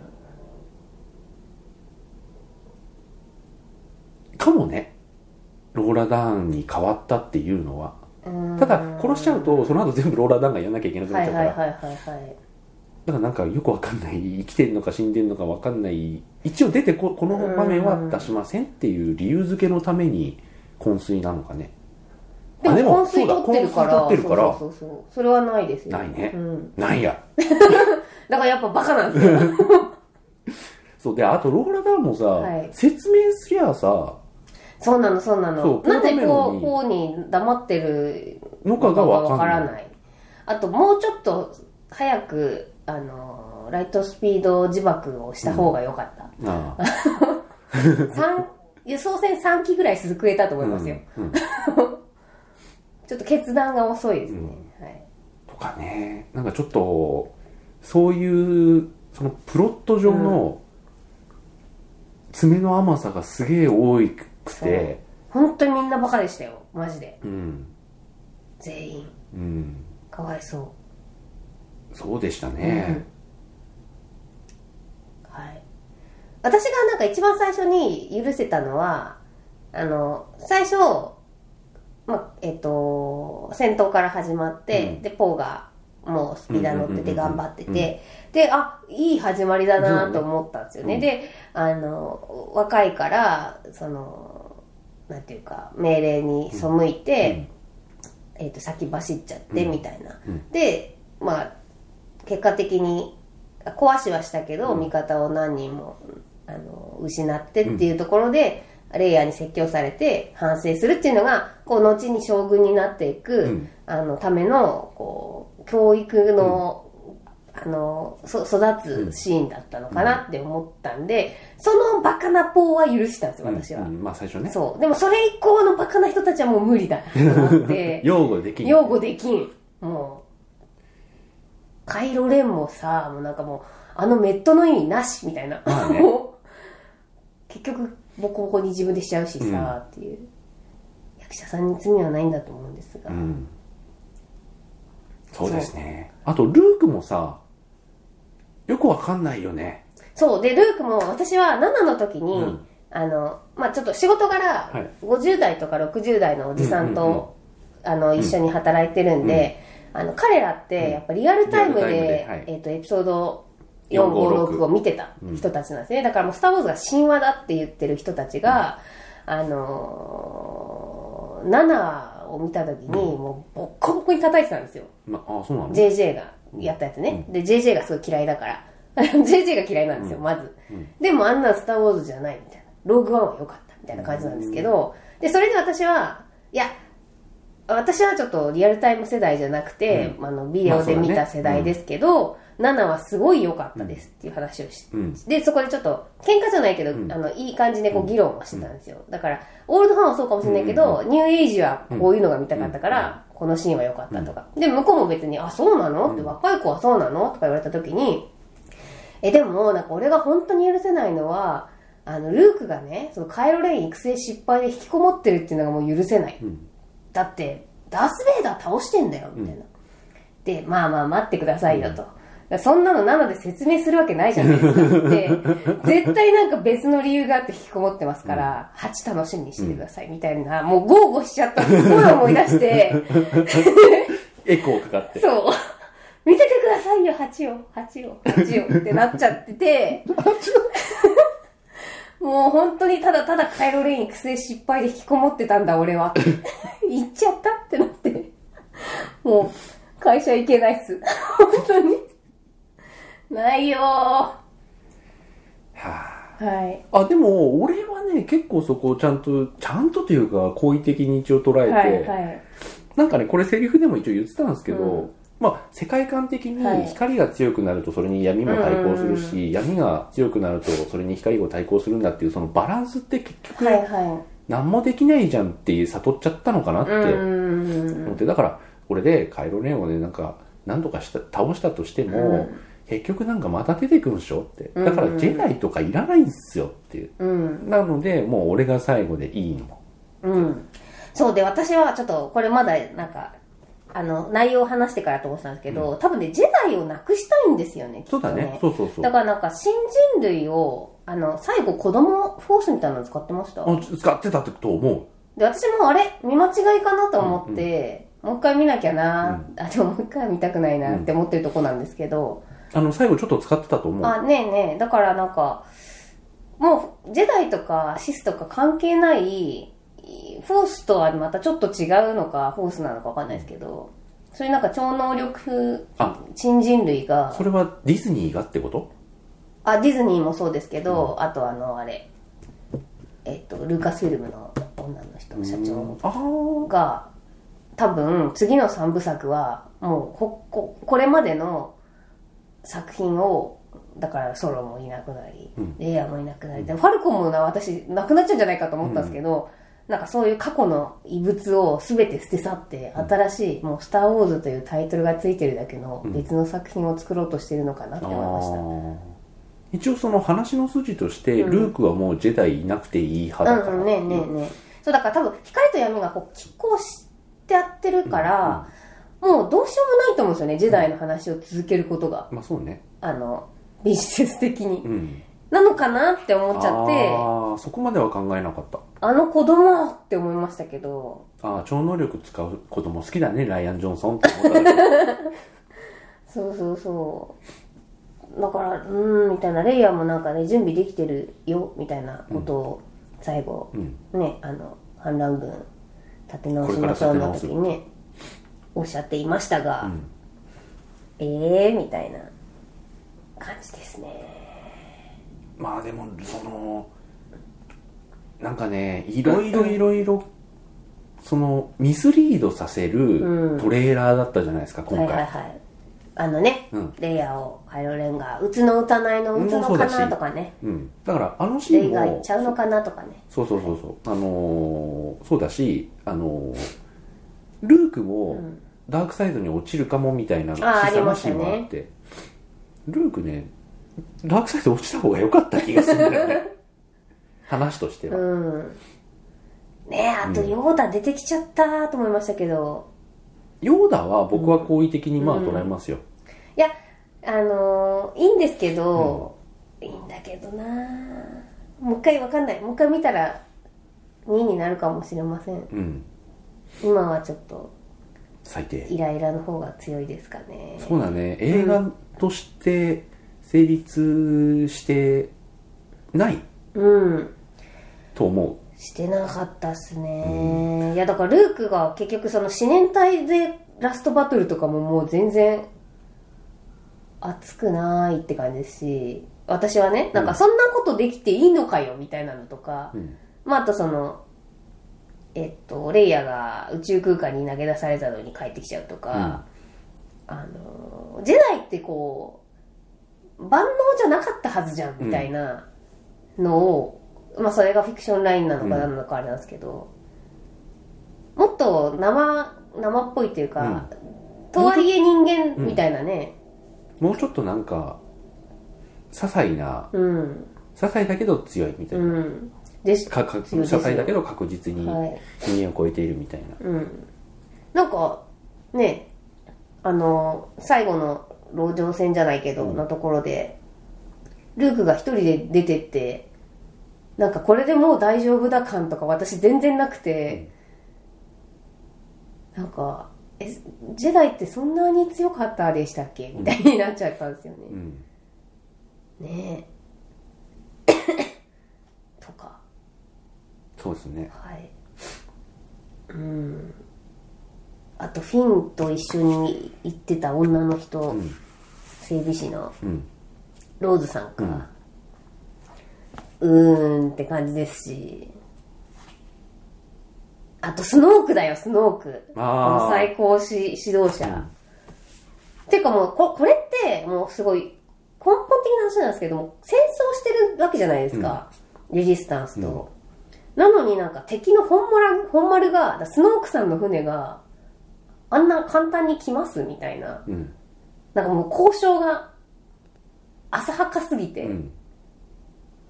A: かもねローラ・ダーンに変わったっていうのは
B: うーん
A: ただ殺しちゃうとその後全部ローラ・ダーンがやんなきゃいけなくな
B: は
A: っちゃ
B: いうは
A: か
B: い
A: ら、
B: はいはいはい
A: だからなんかよくわかんない生きてんのか死んでんのかわかんない一応出てここの場面は出しませんっていう理由付けのために昏睡なのかね
B: で
A: あ
B: も昏睡
A: そうだ
B: 撮ってるから
A: 昏睡取ってるから
B: そうそうそうそうそれはないですよ
A: ないね
B: うん、
A: なんや
B: だからやっぱバカなんですよ
A: そうであとローラ・ダーンもさ、
B: はい
A: 説明すりゃさ
B: そうなのそうなの
A: そうこの
B: なんでこ
A: ため
B: う
A: に
B: こうに黙ってる
A: のかがわかんない
B: わないあともうちょっと早くあのーライトスピード自爆をした方が良かった、
A: ああ
B: 三輸送船3機ぐらい続くれたと思いますよ、
A: うんうん
B: ちょっと決断が遅いですね、はい、
A: とかねなんかちょっとそういうそのプロット上の爪の甘さがすげえ多くて、
B: 本当にみんなバカでしたよマジで
A: うん
B: 全員
A: うん、
B: かわいそう
A: そうでしたね、
B: はい、私がなんか一番最初に許せたのはあの最初、まえっと戦闘から始まって、
A: うん
B: でポーがもうスピーダー乗ってて
A: うんうんうんうん
B: 頑張ってて、であいい始まりだなと思ったんですよね
A: そう
B: であの若いからそのなんていうか命令に背いて、えっと先走っちゃって
A: うん
B: みたいな、
A: うん
B: でまあ結果的にあ壊しはしたけど、味方を何人もあの失ってっていうところで、レイヤーに説教されて反省するっていうのがこう後に将軍になっていく、
A: うん
B: あのためのこう教育の,、あのそ育つシーンだったのかなって思ったんで、そのバカなポーは許したんですよ
A: うん
B: 私は、
A: うんまあ最初ね
B: そうでもそれ以降のバカな人たちはもう無理だなと思
A: [laughs]
B: って
A: 擁護できん
B: 擁護できんもうカイロレンもさもうなんかもうあのメットの意味なしみたいな、
A: まあね
B: [laughs] もう結局ボコボコに自分でしちゃうしさ、
A: うん
B: っていう役者さんに罪はないんだと思うんですが、
A: うん、そうですねあとルークもさよくわかんないよね
B: そうでルークも私は7の時に、
A: うん
B: あの、まあ、ちょっと仕事柄
A: はい、
B: 50代とか60代のおじさん
A: うんうんうん
B: と、あの、一緒に働いてるんで、あの、彼らって、やっぱリアルタイム
A: リアルタイムで
B: で
A: はい、
B: えっと、エピソード
A: 456
B: 456を見てた人たちなんですね。だからもう、スター・ウォーズが神話だって言ってる人たちが、あのー、7を見た時に、もう、ボッコボコに叩いてたんですよ。
A: まああそうなの
B: JJ がやったやつね、で JJ がすごい嫌いだから [laughs] JJ が嫌いなんですよ、まず、でもあんな「スター・ウォーズ」じゃないみたいな「ローグワン」は良かったみたいな感じなんですけど、でそれで私はいや私はちょっとリアルタイム世代じゃなくて、あのビデ
A: ま
B: オ
A: あそう
B: で
A: だね
B: 見た世代ですけど、7はすごい良かったですっていう話をし、
A: うん
B: でそこでちょっと喧嘩じゃないけど、あのいい感じでこう議論をしてたんですよ、だからオールドファンはそうかもしれないけど、ニューエイジはこういうのが見たかったから、このシーンは良かったとか、で向こうも別に「あそうなの?」って「若い子はそうなの?」とか言われた時に「えでもなんか俺が本当に許せないのはあのルークがねそのカイロレイン育成失敗で引きこもってるっていうのがもう許せない」だってダース・ベイダー倒してんだよ」みたいな。で、まあまあ待ってくださいよと。そんなの7で説明するわけないじゃないですかって、絶対なんか別の理由があって引きこもってますから、8楽しみにしててくださいみたいな、もう豪語しちゃったすごい思い出して、
A: エコーかかって
B: そう。 [laughs] 見ててくださいよ、8を、8を、8をってなっちゃってて、もう本当にただただカイロレイン育成失敗で引きこもってたんだ、俺は。 [laughs] 行っちゃったってなって、もう会社行けないっす。本当に。ないよー。は
A: はあ
B: い。
A: あでも俺はね結構そこをちゃんとちゃんとというか好意的に一応捉えて、
B: はい、はい。
A: なんかねこれセリフでも一応言ってたんですけど、
B: う
A: まあ世界観的
B: はい
A: に光が強くなるとそれに闇も対抗するし、闇が強くなるとそれに光が対抗するんだっていうそのバランスって結局
B: はい、は
A: 何もできないじゃんって悟っちゃったのかなっ
B: い。
A: て
B: う
A: 思っ
B: ん。
A: て、だからこれでカイロレンをねなんか何とかした倒したとしても、結局なんかまた出てくるんでしょってだからジェダイとかいらないんですよっていう
B: うん。
A: なのでもう俺が最後でいいの
B: うん。そうで、私はちょっと、これまだ、なんか、あの、内容を話してからと思ってたんですけど、多分ね、ジェダイをなくしたいんですよね、きっ
A: そ
B: と
A: うだねそうそうそう
B: だからなんか、新人類を、あの、最後、子供フォースみたいなの使ってました。
A: あ使ってたと思
B: で、私もあれ、見間違いかなと思って、もう一回見なきゃな、あ、でももう一回は見たくないなって思ってるとこなんですけど、
A: うあの最後ちょっと使ってたと思う
B: あ、ねえねえ、だからなんか、もう、ジェダイとかシスとか関係ない、フォースとはまたちょっと違うのか、フォースなのかわかんないですけど、そういうなんか超能力
A: あ
B: 新人類が
A: そ、れはディズニーがってこと
B: あ、ディズニーもそうですけど、あとあの、あれ、えっと、ルーカスフィルムの女の人、社長
A: ああ
B: が、多分、次の3部作は、もうほこ、これまでの作品を、だからソロもいなくなり、レイヤーもいなくなり、でファルコンもな、私、なくなっちゃうんじゃないかと思ったんですけど、なんかそういう過去の遺物を全て捨て去って、新しい、もう、スター・ウォーズというタイトルがついてるだけの別の作品を作ろうとしてるのかなって思いました。
A: 一応その話の筋として、ルークはもうジェダイいなくていい派だか
B: う
A: ら、
B: んうん、ねえねえねえそうだから多分光と闇がこう拮抗してやってるから、もうどうしようもないと思うんですよね時代の話を続けることが、
A: まあそうね
B: あのビジネス的に、
A: うん
B: なのかなって思っちゃってあ
A: ああそこまでは考えなかった
B: の子供って思いましたけど
A: ああ超能力使う子供好きだねライアン・ジョンソンって思ったら
B: そうそうそうだからうーんみたいなレイヤーもなんかね準備できてるよみたいなことを最後、 [laughs]
A: うん
B: ねあの反乱軍立て直しましょうの時にねおっしゃっていましたが、
A: ん
B: ええー、みたいな感じですね
A: まあでもそのなんかねいろいろいろいろそのミスリードさせ
B: う
A: る
B: ん
A: トレーラーだったじゃないですか今
B: はい
A: 回、
B: はいはいあのね、
A: うん
B: レイヤーをカイロレンが「うつの打たないのうつのかな」とかね
A: うん、だからあのシ
B: レ
A: ーン
B: イが行っ
A: も
B: ちゃうのかなとかね
A: そうそうそうそうあのーそうだしあのールークもダークサイドに落ちるかもみたいな
B: あーありま
A: ま
B: した
A: し
B: ね
A: もあってルークねダークサイド落ちた方が良かった気がするんだよね
B: [laughs]
A: 話としては、
B: うんねえあとヨーダ出てきちゃったと思いましたけど、
A: ヨーダは僕は好意的にまあ捉えますよ、
B: いやあのーいいんですけど、いいんだけどなもう一回わかんないもう一回見たら2になるかもしれません
A: うん
B: 今はちょっと
A: 最低
B: イライラの方が強いですかね
A: そうだね映画として成立してない
B: うん
A: と思
B: してなかったっすね、いやだからルークが結局その四年隊でラストバトルとかももう全然熱くないって感じですし私はねなんかそんなことできていいのかよみたいなのとか、
A: う、うん
B: まあ、あとその、えっと、レイヤが宇宙空間に投げ出されたのに帰ってきちゃうとか、あの、ジェダイってこう、万能じゃなかったはずじゃん、みたいなのを、まあそれがフィクションラインなのか何なのかあれなんですけど、もっと生、生っぽいというか、とはいえ人間みたいなね、
A: もうちょっとなんか些細な
B: うん、
A: 些細だけど強いみた
B: う
A: いな、
B: ん。です。
A: かか
B: 強い
A: 些
B: ですよ
A: 細だけど確実に
B: はい。
A: 人間を超えているみたいな、
B: うん、なんかねあの最後の籠城戦じゃないけど、
A: うん
B: のところでルークが一人で出てってなんかこれでもう大丈夫だ感とか私全然なくて、なんか「えジェダイってそんなに強かったでしたっけ?」みたいになっちゃったんですよね。
A: うん
B: ねえ [coughs] とか
A: そうですね
B: はい。うん。あと、フィンと一緒に行ってた女の人、
A: ん
B: 整備士の
A: うん
B: ローズさんか。うーんって感じですし。あと、スノークだよ、スノーク。
A: あー
B: この最高し指導者。
A: うん
B: てかもうこ、これって、もうすごい、根本的な話なんですけども、戦争してるわけじゃないですか。レジスタンスと。なのになんか敵の本丸本丸が、だからスノークさんの船が、あんな簡単に来ますみたいな。
A: うん
B: なんかもう交渉が、浅はかすぎて。
A: うん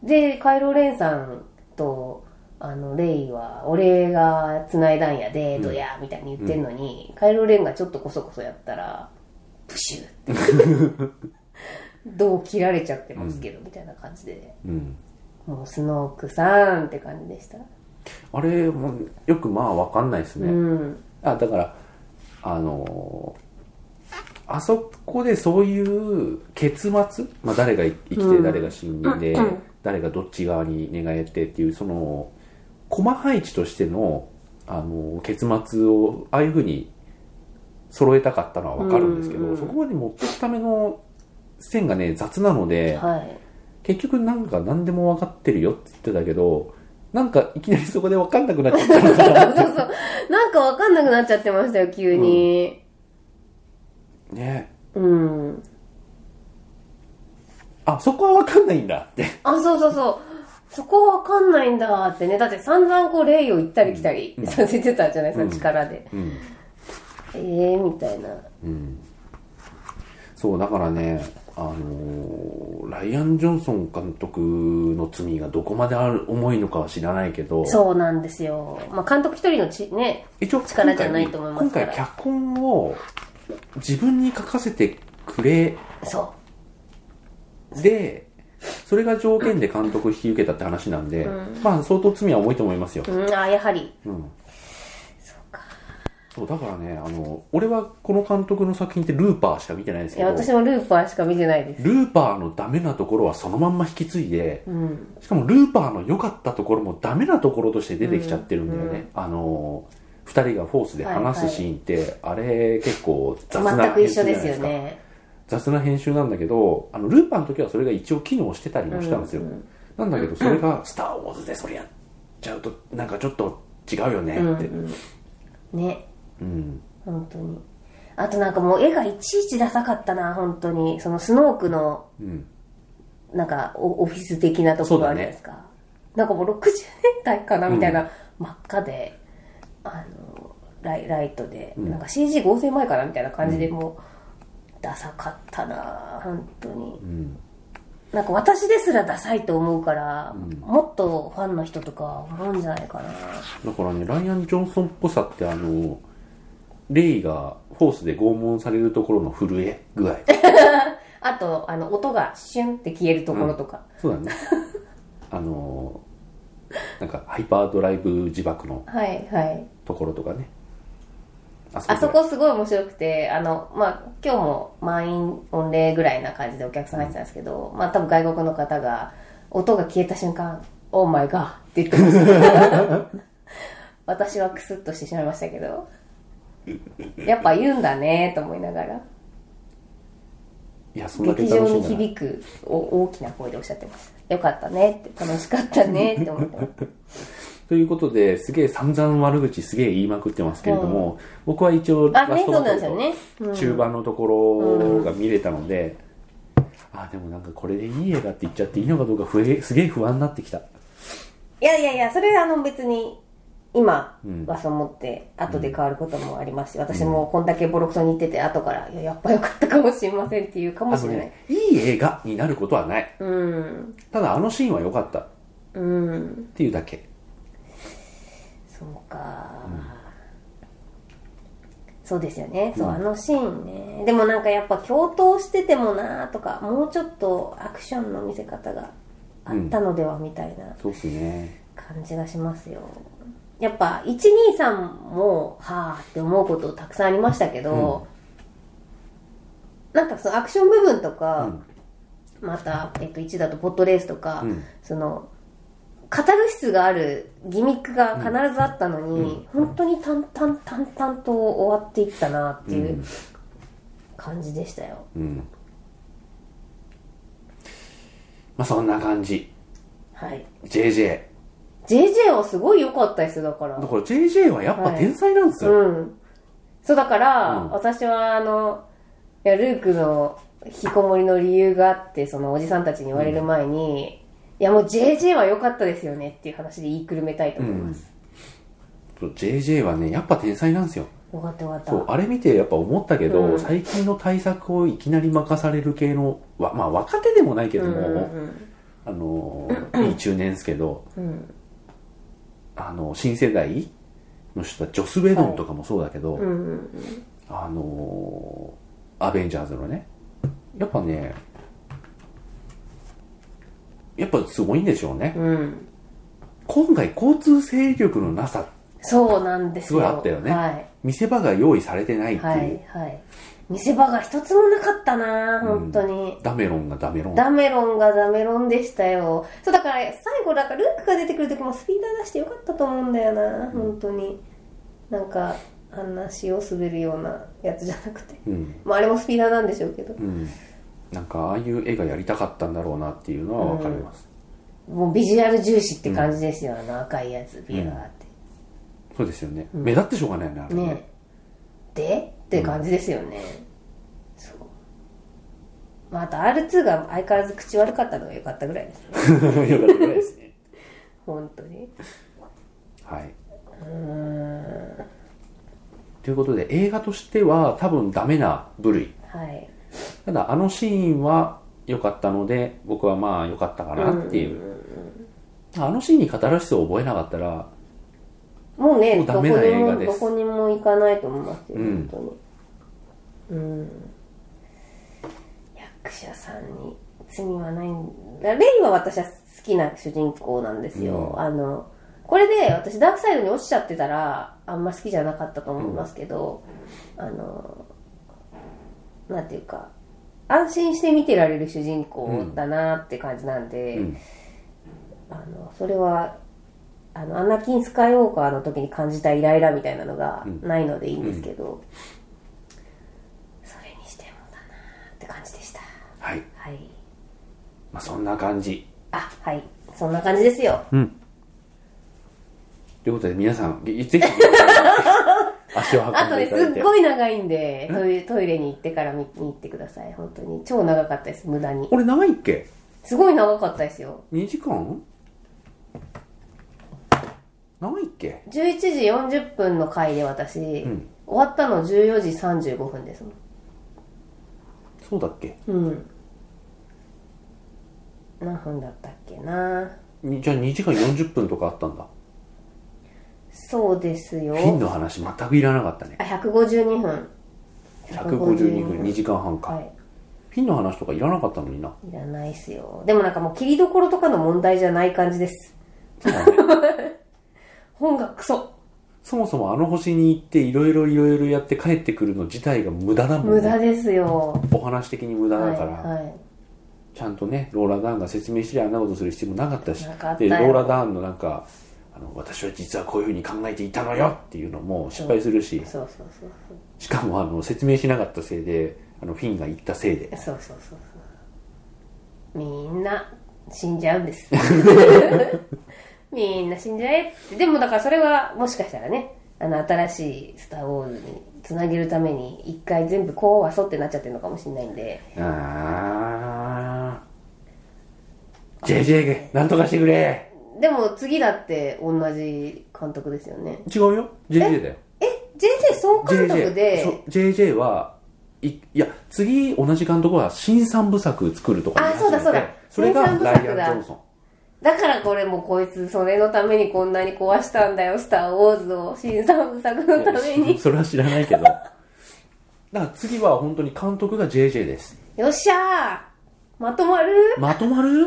B: で、カイロレンさんと、あの、レイは、俺が繋いだんやで、どや、みたいに言ってんのに、カイロレンがちょっとこそこそやったら、プシューって。 [laughs] どう切られちゃってますけど、みたいな感じで。
A: うん
B: もう、スノークさんって感じでした。
A: あれもよくまあわかんないです
B: う
A: ね、
B: ん。
A: あだからあのーあそこでそういう結末、まあ、誰が生きて誰が死んで、誰がどっち側に寝返ってっていうその駒配置としての、あのー結末をああいうふうに揃えたかったのは分かるんですけど、
B: うんうん
A: そこまで持っていくための線がね雑なので、
B: はい。
A: 結局なんか何でも分かってるよって言ってたけどなんかいきなりそこで分かんなくなっちゃった
B: [laughs]
A: のか
B: [laughs] そう
A: な
B: そうそう。なんかわかんなくなっちゃってましたよ、急に。
A: ね
B: うん。
A: あそこは分かんないんだって
B: あ、そうそうそう。そこはわかんないんだってね。だって散々こう、レイを行ったり来たり
A: うん
B: させてたじゃないですか、
A: うん
B: 力で。
A: うん
B: ええみたいな。
A: うん、そうだからね、あのーライアン・ジョンソン監督の罪がどこまである重いのかは知らないけど
B: そうなんですよ。まあ、監督一人のち、ね。
A: 一応
B: 力
A: 今
B: じゃ
A: 回
B: ないと思います
A: 今
B: から
A: 回脚本を自分に書かせてくれ
B: そ
A: でそれが条件で監督引き受けたって話なんで、まあ相当罪は重いと思いますよ
B: う。、うん、あ、やはり。
A: うん、
B: そうか。
A: そうだからねあの俺はこの監督の作品ってルーパーしか見てないんです
B: い
A: け
B: や、
A: ど
B: 私もルーパーしか見てないです。
A: ルーパーのダメなところはそのまんま引き継いで、
B: うん。
A: しかもルーパーの良かったところもダメなところとして出てきちゃってるんだよね、あの2人がフォースで話すシーンって、あれ結構雑な
B: 全く
A: 編集
B: 一
A: じゃ
B: 緒
A: ない
B: で
A: ですす
B: よ
A: か
B: ね。
A: 雑な編集なんだけどあのルーパーの時はそれが一応機能してたりもしたんですよ、
B: うんう
A: なんだけどそれが「スター・ウォーズ」でそれやっちゃうとなんかちょっと違うよね
B: うん、
A: って
B: うん。ね。
A: うん
B: 本当に。あとなんかもう絵がいちいちダサかったな、本当に。そのスノークの、
A: うん
B: なんかオオフィス的なところあるじゃないですか。なんかもう60年代かなみたいな、真っ赤で、あの、ライライトで、
A: ん
B: なんか CG 合成前かなみたいな感じでもう、ダサかったな本当に
A: う。ん
B: なんか私ですらダサいと思うから、もっとファンの人とか思うんじゃないかな
A: だからねライアン・ジョンソンっぽさってあのレイがフォースで拷問されるところの震え具合
B: あと、あの、音がシュンって消えるところとか。
A: そうだね。 [laughs] あのなんかハイパードライブ自爆の
B: はいはい
A: ところとかねあそ
B: あそこすごい面白くてあの、まあ、今日も満員御礼ぐらいな感じでお客さん入ってたんですけど、まあ、多分外国の方が音が消えた瞬間「オーマイガー」って言ってました [laughs] 私はクスッとしてしまいましたけどやっぱ言うんだねと思いながら
A: いやそんだけ
B: 劇
A: 楽
B: 場
A: しいん
B: に
A: だな
B: 響くお大きな声でおっしゃってましたよかったねって楽しかったねって思って [laughs] ます
A: ということですげえ散々悪口すげえ言いまくってますけれども、僕は一応
B: あねそうなんです
A: ト
B: よね、うん
A: 中盤のところが見れたので、あでもなんかこれでいい映画って言っちゃっていいのかどうか不えすげえ不安になってきた
B: いやいやいや、それあの別に、今
A: うん
B: はそう思って、後で変わることもありますし、私もこんだけボロクソに言ってて、後から、いや、やっぱ良かったかもしれませんっていうかも
A: あ
B: し
A: の
B: れない。
A: ねいい映画になることはない
B: うん。
A: ただあのシーンは良かったっ
B: うん。
A: ていうだけ
B: そうか、そうですよね。そう、あのシーンね。でもなんかやっぱ共闘しててもなとか、もうちょっとアクションの見せ方があったのではみたいな。
A: そうっすね
B: 感じがしますよやっぱ123もはあって思うことたくさんありましたけど、なんかそのアクション部分とか、また、えっと、1だとポットレースとか、
A: うん
B: その語る質があるギミックが必ずあったのに、本当に淡々淡々と終わっていったなっていうう感じでしたよ、
A: うんまあそんな感じ
B: はい
A: JJ
B: JJ はすごい良かったですだから
A: だから JJ はやっぱ天才なんですよ、
B: うん。そうだから、
A: うん
B: 私はあの、いや、ルークの引きこもりの理由があって、そのおじさんたちに言われる前に、いやもう JJ は良かったですよねっていう話で言いくるめたいと思います。
A: そう JJ はねやっぱ天才なんですよ
B: よかったよかった。
A: そうあれ見てやっぱ思ったけど、
B: うん
A: 最近の対策をいきなり任される系のわまあ若手でもないけど
B: うん
A: も、
B: うん
A: あのーいい中年ですけど
B: うんうん
A: あの新世代の人はジョス・ウェドンとかもそうだけど、
B: うんうん
A: あのーアベンジャーズのねやっぱねやっぱすごいんでしょうね、
B: うん
A: 今回交通勢力のなさ
B: そうなんです
A: すご
B: よ。
A: いあったよね
B: はい。
A: 見せ場が用意されてないっていう、
B: はい。はい。見せ場が一つもなかったな本当に。
A: ダメロンがダメロン
B: ダメロンがダメロンでしたよ。そうだから最後だからルークが出てくる時もスピーダー出してよかったと思うんだよな、本当に。なんかあんな塩滑るようなやつじゃなくて。
A: うん
B: まああれもスピーダーなんでしょうけど
A: う。ん、なんかああいう絵がやりたかったんだろうなっていうのは分かります、
B: もうビジュアル重視って感じですよ、あの赤いやつ、ビューって。
A: そうですよね、目立ってしょうがないよねあれね
B: ねでって感じですよね。そう。まああと R2 が相変わらず口悪かったのが良かったぐらいです
A: [laughs]
B: ね。
A: よかったぐらいですね
B: 本当に。
A: はいということで映画としては多分ダメな部類
B: はい。
A: ただあのシーンは良かったので僕はまあ良かったかなっていう,、あのシーンに語らしさを覚えなかったら
B: もうね、
A: もうダ
B: どこ
A: メ
B: に
A: な映
B: も
A: 画で
B: ど
A: す
B: こにも行かないと思いますよ、
A: うん
B: 本当に。うん。役者さんに罪はないんだ。レイは私は好きな主人公なんですよ。
A: うん
B: あの、これで私ダークサイドに落ちちゃってたら、あんま好きじゃなかったと思いますけど、あの、なんていうか、安心して見てられる主人公だなって感じなんで、
A: うん
B: あのそれはあのアナキン・スカイウォーカーの時に感じたイライラみたいなのがないのでいいんですけど、それにしてもだなって感じでした
A: はい、
B: はい
A: まあ、そんな感じ
B: あはいそんな感じですよ
A: ということで皆さんぜひぜひ [laughs] 足を運ん
B: あと
A: で
B: ね
A: い
B: す
A: ただい
B: ってごい長いんでトイレトイレに行ってから見に行ってください本当に超長かったです無駄に
A: 俺長いっけ
B: すごい長かったですよ
A: 2時間長いっけ
B: 11時40分の回で私、
A: ん
B: 終わったの14時35分ですもん
A: そうだっけ
B: うん何分だったっけな
A: にじゃあ2時間40分とかあったんだ
B: そうですよ
A: フィンの話全くいらなかったね
B: あ152分
A: 152分2時間半か、
B: はい
A: ピンの話とかいらなかったのにな。
B: いらないっすよ。でもなんかもう切りどころとかの問題じゃない感じです。
A: そうだね
B: [laughs] 本がクソ。
A: そもそもあの星に行っていろいろいろいろやって帰ってくるの自体が無駄だもん
B: 無駄
A: ね。
B: ですよ。
A: お話的に無駄だから、
B: はい、はい。
A: ちゃんとね、ローラ・ダーンが説明してあんなことする必要もなかったし
B: なかっ、た
A: で、
B: よ
A: ローラ・ダーンのなんか、あの私は実はこういうふうに考えていたのよっていうのも失敗するし、
B: そうそうそうそう。
A: しかもあの説明しなかったせいで、あのフィンが言ったせいで、
B: そうそうそうそうみんな死んじゃうんです
A: [laughs]
B: みんな死んじゃえってでもだからそれはもしかしたらねあの新しい「スター・ウォーズ」につなげるために一回全部こうはそってなっちゃってるのかもしれないんで
A: あー JJ なんとかしてくれ
B: でも次だって同じ監督ですよね
A: 違うよ JJ だよ
B: え JJ 総監督
A: JJ
B: で
A: そう JJ はいいや次同じ監督は新三部作作るとか言い始めて
B: あそうだそうだ
A: それが
B: 新三部
A: ライアン・
B: 作
A: ジ
B: だ
A: ョンソン
B: だからこれもこいつそれのためにこんなに壊したんだよ「スター・ウォーズ」を新三部作のため
A: [laughs]
B: に
A: それは知らないけどだから次は本当に監督が JJ です
B: よっしゃーまとまる
A: まとま
B: [laughs]
A: る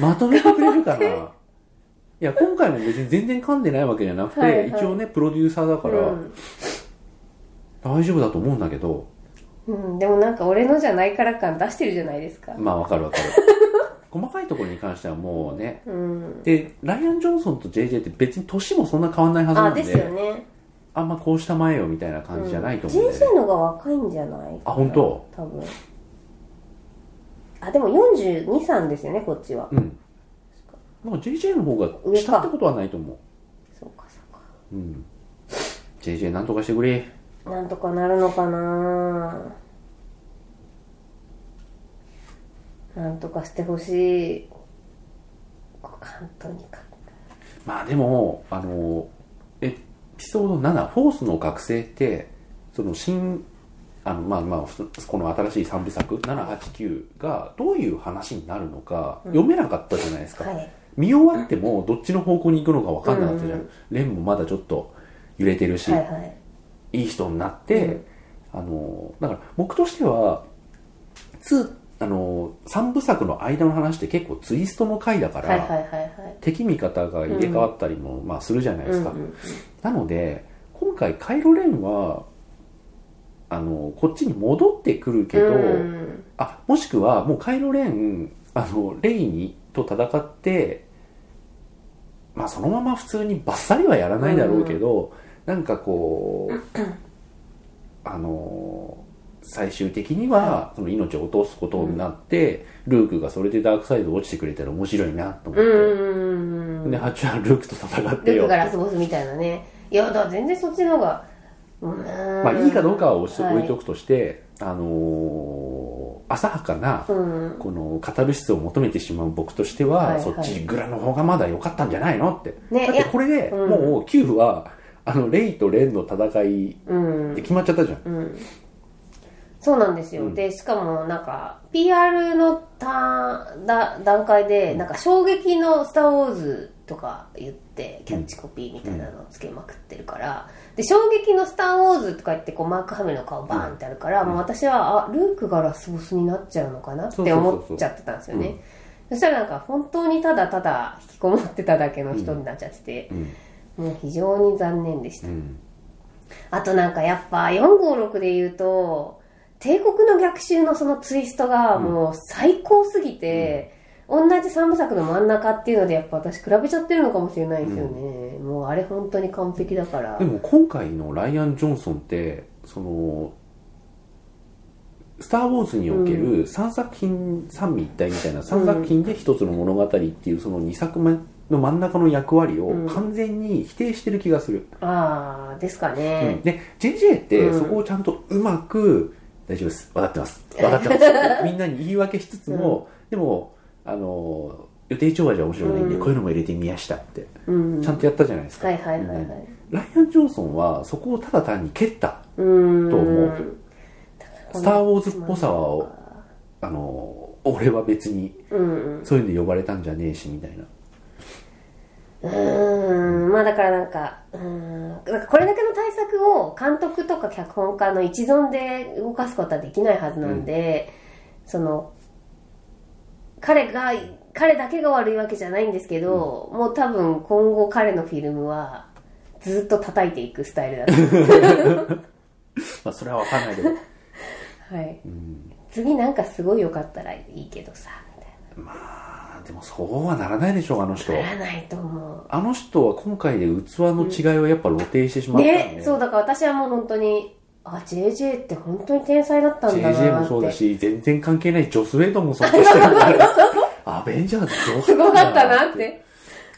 A: まとめてくれるかないや今回も別に全然噛んでないわけじゃなくて、
B: はいはい
A: 一応ねプロデューサーだから、
B: うん
A: 大丈夫だと思うんだけど
B: うん、でもなんか俺のじゃないから感出してるじゃないですか。
A: まあわかるわか [laughs] る細かいところに関してはもうね
B: うん。
A: でライアン・ジョンソンと JJ って別に年もそんな変わんないはずな
B: あ、
A: んで
B: ですよね。
A: あんまこうした前よみたいな感じじゃないと思うんで、
B: JJ のが若いんじゃない
A: あ本当
B: 多分。あ、でも42、3ですよね、こっちは。
A: うんまあ JJ の方が
B: 上
A: 下っ
B: か
A: てことはないと思
B: そうか、そう
A: うん JJ なんとかしてくれ
B: か。なんとかなるのかななんとかしてほしい。こう関東にか。
A: まあでもあのエピソード7「フォースの学生」ってその新あのまあまあふつこの新しい3部作789がどういう話になるのか読めなかったじゃないですか、
B: はい。
A: 見終わってもどっちの方向に行くのか分かんなかったじゃん、
B: う
A: レンもまだちょっと揺れてるし、
B: はいはい。
A: い、い人になって、あのだから僕としては2あの3部作の間の話って結構ツイストの回だから、
B: はいはいはいはい。
A: 敵味方が入れ替わったりも、まあ、するじゃないですか、
B: うんうん
A: なので今回カイロレンはあのこっちに戻ってくるけど、
B: うん
A: あもしくはもうカイロレンあのレイにと戦ってまあそのまま普通にバッサリはやらないだろうけど、なんかこ
B: [clears throat]
A: うあの最終的にはその命を落とすことになって、ルークがそれでダークサイド落ちてくれたら面白いなと思
B: う
A: っ
B: ん
A: て、
B: うんうん
A: でハチはルークと戦っ
B: ル
A: て
B: ー
A: よ
B: クがラスボスみたいなねいやだから全然そっちの方がうーん
A: まあ、いいかどうかは置いと
B: はい
A: 置いとくとして、あのー浅はかな、
B: うん
A: このカタルシスを求めてしまう僕としては、
B: はいはい
A: そっちぐらの方がまだ良かったんじゃないのって、だ
B: ね
A: っ
B: い
A: て
B: や
A: これで
B: うん
A: もう9はあのレイとレンの戦い
B: うん
A: で決まっちゃったじゃん、
B: うんそうなんですよ、
A: うん
B: でしかもなんか PR のターンだ段階でなんか衝撃の「スター・ウォーズ」とか言ってキャッチコピーみたいなのをつけまくってるから、で衝撃の「スター・ウォーズ」とか言ってこうマーク・ハミルの顔バーンってあるから、
A: うん
B: もう私はあルークがラスボスになっちゃうのかなっ
A: そうそ
B: て
A: うそうそう
B: 思っちゃってたんですよねそしたらなんか本当にただただ引きこもってただけの人になっちゃってて、
A: うん
B: もう非常に残念でした
A: う、ん
B: あとなんかやっぱ456で言うと、帝国の逆襲のそのツイストがもう最高すぎて、同じ三部作の真ん中っていうのでやっぱ私比べちゃってるのかもしれないですよね。もうあれ本当に完璧だから
A: で。も今回のライアン・ジョンソンってその「スター・ウォーズ」における3作品三位一体みたいな3作品で一つの物語っていうその2作目の真ん中の役割を
B: うん
A: 完全に否定してる気がする、
B: ああ、ですか
A: うん
B: ね。
A: で JJ って
B: うん
A: そこをちゃんとうまく「大丈夫です分かってます分かってます」ってみんなに言い訳しつつも、でもあの予定調和じゃ面白くないんで、
B: うん
A: こういうのも入れてみやしたって
B: うん。
A: ちゃんとやったじゃないですか、
B: はいはいはいはい。
A: ライアン・ジョンソンはそこをただ単に蹴った
B: うーん。
A: と思
B: う
A: う。スター・ウォーズっぽさは、あの、俺は別に、
B: うん。
A: そういうので呼ばれたんじゃねえし、みたいな。
B: うーんまあだからなんか、うーん、なんかこれだけの対策を監督とか脚本家の一存で動かすことはできないはずなんで、その彼が彼だけが悪いわけじゃないんですけど、もう多分今後彼のフィルムはずっと叩いていくスタイ
A: [laughs]
B: ルだと思
A: まあ、それはわかんな
B: [laughs]
A: いけど、
B: う、はい次なんかすごい良かったらいいけどさみたい
A: まあ、でもそうはならないでしょう、あの人。
B: なならないと思う
A: あの人は今回で器の違いをやっぱ露呈してしまったんで、
B: ねそうだから私はもう本当にあ JJ って本当に天才だったんだなって
A: JJ もそうだし、全然関係ないジョス・ウェイドンもそう
B: [laughs]
A: でしたから、アベンジャーズ上手
B: すごかった
A: だ
B: なって。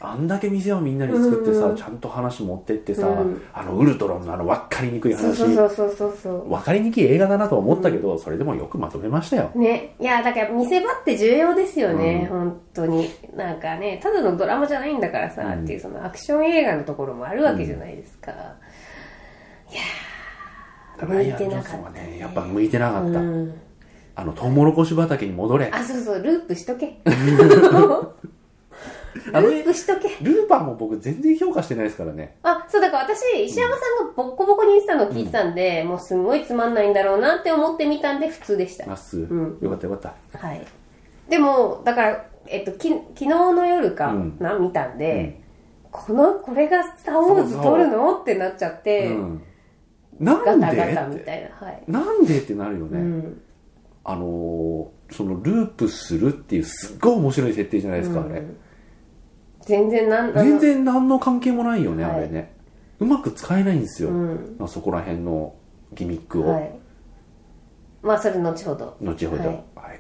A: あんだけ店をみんなに作ってさ、ちゃんと話持ってってさ、あのウルトロンのあの分かりにくい
B: そう
A: 話、
B: そうそうそうそうそう
A: 分かりにくい映画だなとは思ったけど、それでもよくまとめましたよ。
B: ね、いやだから見せ場って重要ですよね、本当になんかねただのドラマじゃないんだからさ、っていうそのアクション映画のところもあるわけじゃないですか、
A: ただ
B: 向
A: ライ
B: い
A: アン・ジ
B: て
A: ョ
B: な
A: ン
B: かっ
A: ソ
B: たね
A: ンはね、やっぱ向いてなかった。
B: うん
A: あの、トウモロコシ畑に戻れ。
B: あそうそうループしとけ
A: あの
B: ループしとけ
A: ルーパーも僕全然評価してないですからね。
B: あそうだから私石山さんがボッコボコに言ってたのを聞いてたんで、もうすごいつまんないんだろうなって思ってみたんで普通でした
A: まっすー、
B: う
A: よかったよかった。
B: はい、でもだから、えっと、き昨日の夜か
A: うん
B: な、見たんで、このこれが「スター・ウォーズ」撮るのってなっちゃって、
A: うん。なんで
B: ガタガタ
A: っ
B: み
A: て
B: たいなはい、
A: なんでってなるよね、
B: うん
A: あのーそのループするっていうすっごい面白い設定じゃないですか、あれ
B: 全然なんあの
A: 全然何の関係もないよね、
B: はい
A: あれねうまく使えないんですよ、
B: うん
A: まあそこら辺のギミックを、
B: はいまあそれ後ほど
A: 後ほど、
B: は
A: はいい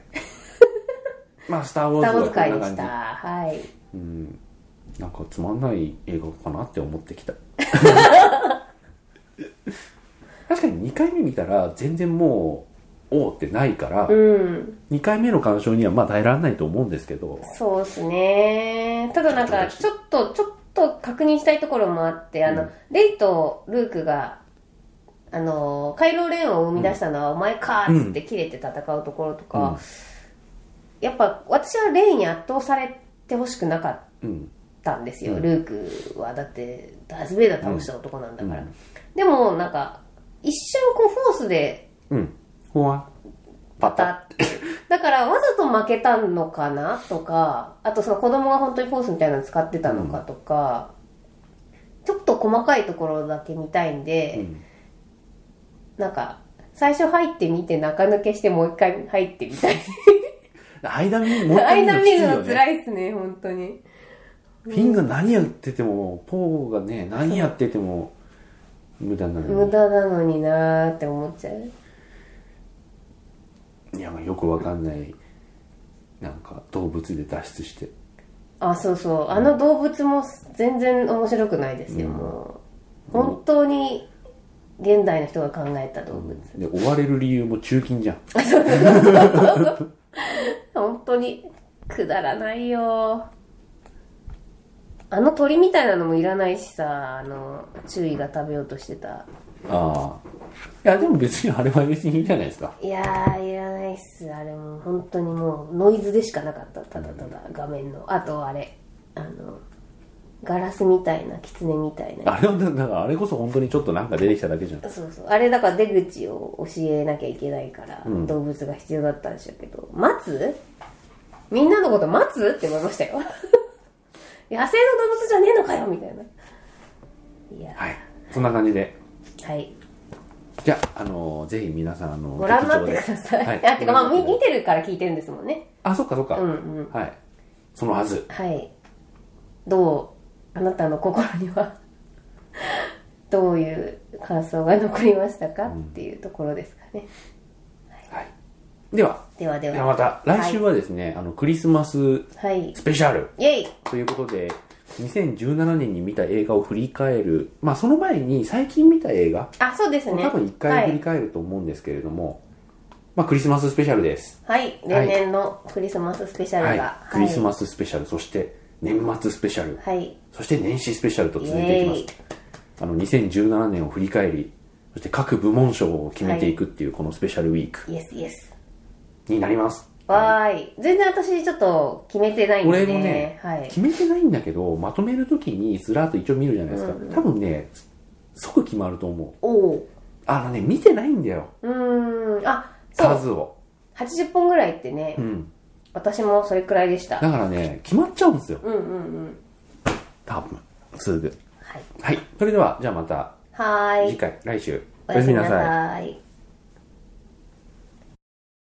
A: [laughs] まあ「スター・ウォ
B: スタ
A: ー
B: ー・ウォ
A: ズ」
B: ーズ
A: はこ
B: 会
A: ん
B: で
A: な
B: した
A: 感
B: はい
A: じ、うん、なんかつまんない映画かなって思
B: [laughs]
A: ってきた確かに2回目見たら全然もうおおってないから、
B: うん
A: 2回目の鑑賞にはまあ耐えられないと思うんですけど
B: そうですねただなんかちょっとちょっと確認したいところもあってあの、
A: うん
B: レイとルークがあのカイロレンを生み出したのはお前かーっつって切れて戦うところとか、
A: うん
B: やっぱ私はレイに圧倒されてほしくなかった
A: うん
B: ったんですよ、
A: うん
B: ルークはだってダース・ベイダー倒した男なんだから、
A: うん
B: でもなんか一瞬こうフォースで
A: うんほわパ
B: だってだからわざと負けたのかなとかあとその子供が本当にフォースみたいなの使ってたのかとか、ちょっと細かいところだけ見たいん
A: う
B: で、
A: ん
B: なんか最初入ってみて中抜けしてもう一回入ってみたい
A: 間見るの
B: 間見るの
A: つらい
B: 辛いっすね本当に
A: フィンが何やっててもポーがね何やってても無駄なの
B: 無
A: に
B: 駄なのになーって思っちゃう
A: いやまあよくわかんないなんか動物で脱出して
B: あそうそうあの動物も全然面白くないですよ、
A: うん
B: もう本当に現代の人が考えた動物、
A: で追われる理由も中金じゃん
B: 本当にくだらないよあの鳥みたいなのもいらないしさあの注意が食べようとしてた
A: ああいやでも別にあれは別にいいじゃないですか
B: いやーいらないっすあれも本当にもうノイズでしかなかったただただ画面のあとあれあのガラスみたいな狐みたいな
A: あれはだだからあれこそ本当にちょっとなんか出てきただけじゃん
B: そうそうあれだから出口を教えなきゃいけないから、動物が必要だったんでしょうけど待つみんなのこと待つって思いましたよ [laughs] 野生の動物じゃねえのかよみたいないや
A: はいそんな感じで
B: はい
A: じゃあ、あのーぜひ皆さん、あのー
B: ご覧になってくださ [laughs] い、
A: 劇場で
B: あてかまあ
A: ご覧
B: 見
A: にな
B: 見
A: って
B: てるから聞いてるんですもんね
A: あ、そっかそっか。
B: うんうん
A: はい。そのはず。
B: はいどうあなたの心には [laughs] どういう感想が残りましたか、っていうところですかね
A: では、
B: ではで
A: で
B: は
A: はまた、来週はですね、あの、クリスマス
B: はい
A: スペシャル
B: イェイ
A: ということで、2017年に見た映画を振り返る、まあ、その前に最近見た映画、
B: あそうですね
A: 多分一
B: は
A: 回
B: い
A: 振り返ると思うんですけれども、まあ、クリスマススペシャルです。
B: はい、例年のクリスマススペシャル
A: はい
B: が、。
A: クリスマススペシャル、そして、年末スペシャル、
B: はい、はい、
A: そして年始スペシャルと続いていきま
B: イエーイ
A: す。あの、2017年を振り返り、そして各部門賞を決めていくっていう、このスペシャルウィーク
B: イエスイエス。
A: になります。
B: わーい、全然私ちょっと決めてないん
A: 俺
B: で、
A: もね、
B: はい、
A: 決めてないんだけど、まとめるときにずらーっと一応見るじゃないですか。多分ね、即決まると思う。
B: おう、
A: あのね、見てないんだよ、
B: うーん、あ、そう、
A: 数を。
B: 80本ぐらいってね、
A: うん。
B: 私もそれくらいでした。
A: だからね、決まっちゃうんですよ。
B: うんうんうん。
A: 多分。すぐ。
B: はい。
A: はい。それでは、じゃあまた
B: はー
A: 次
B: い。
A: 回、来週。
B: おやすみなさい。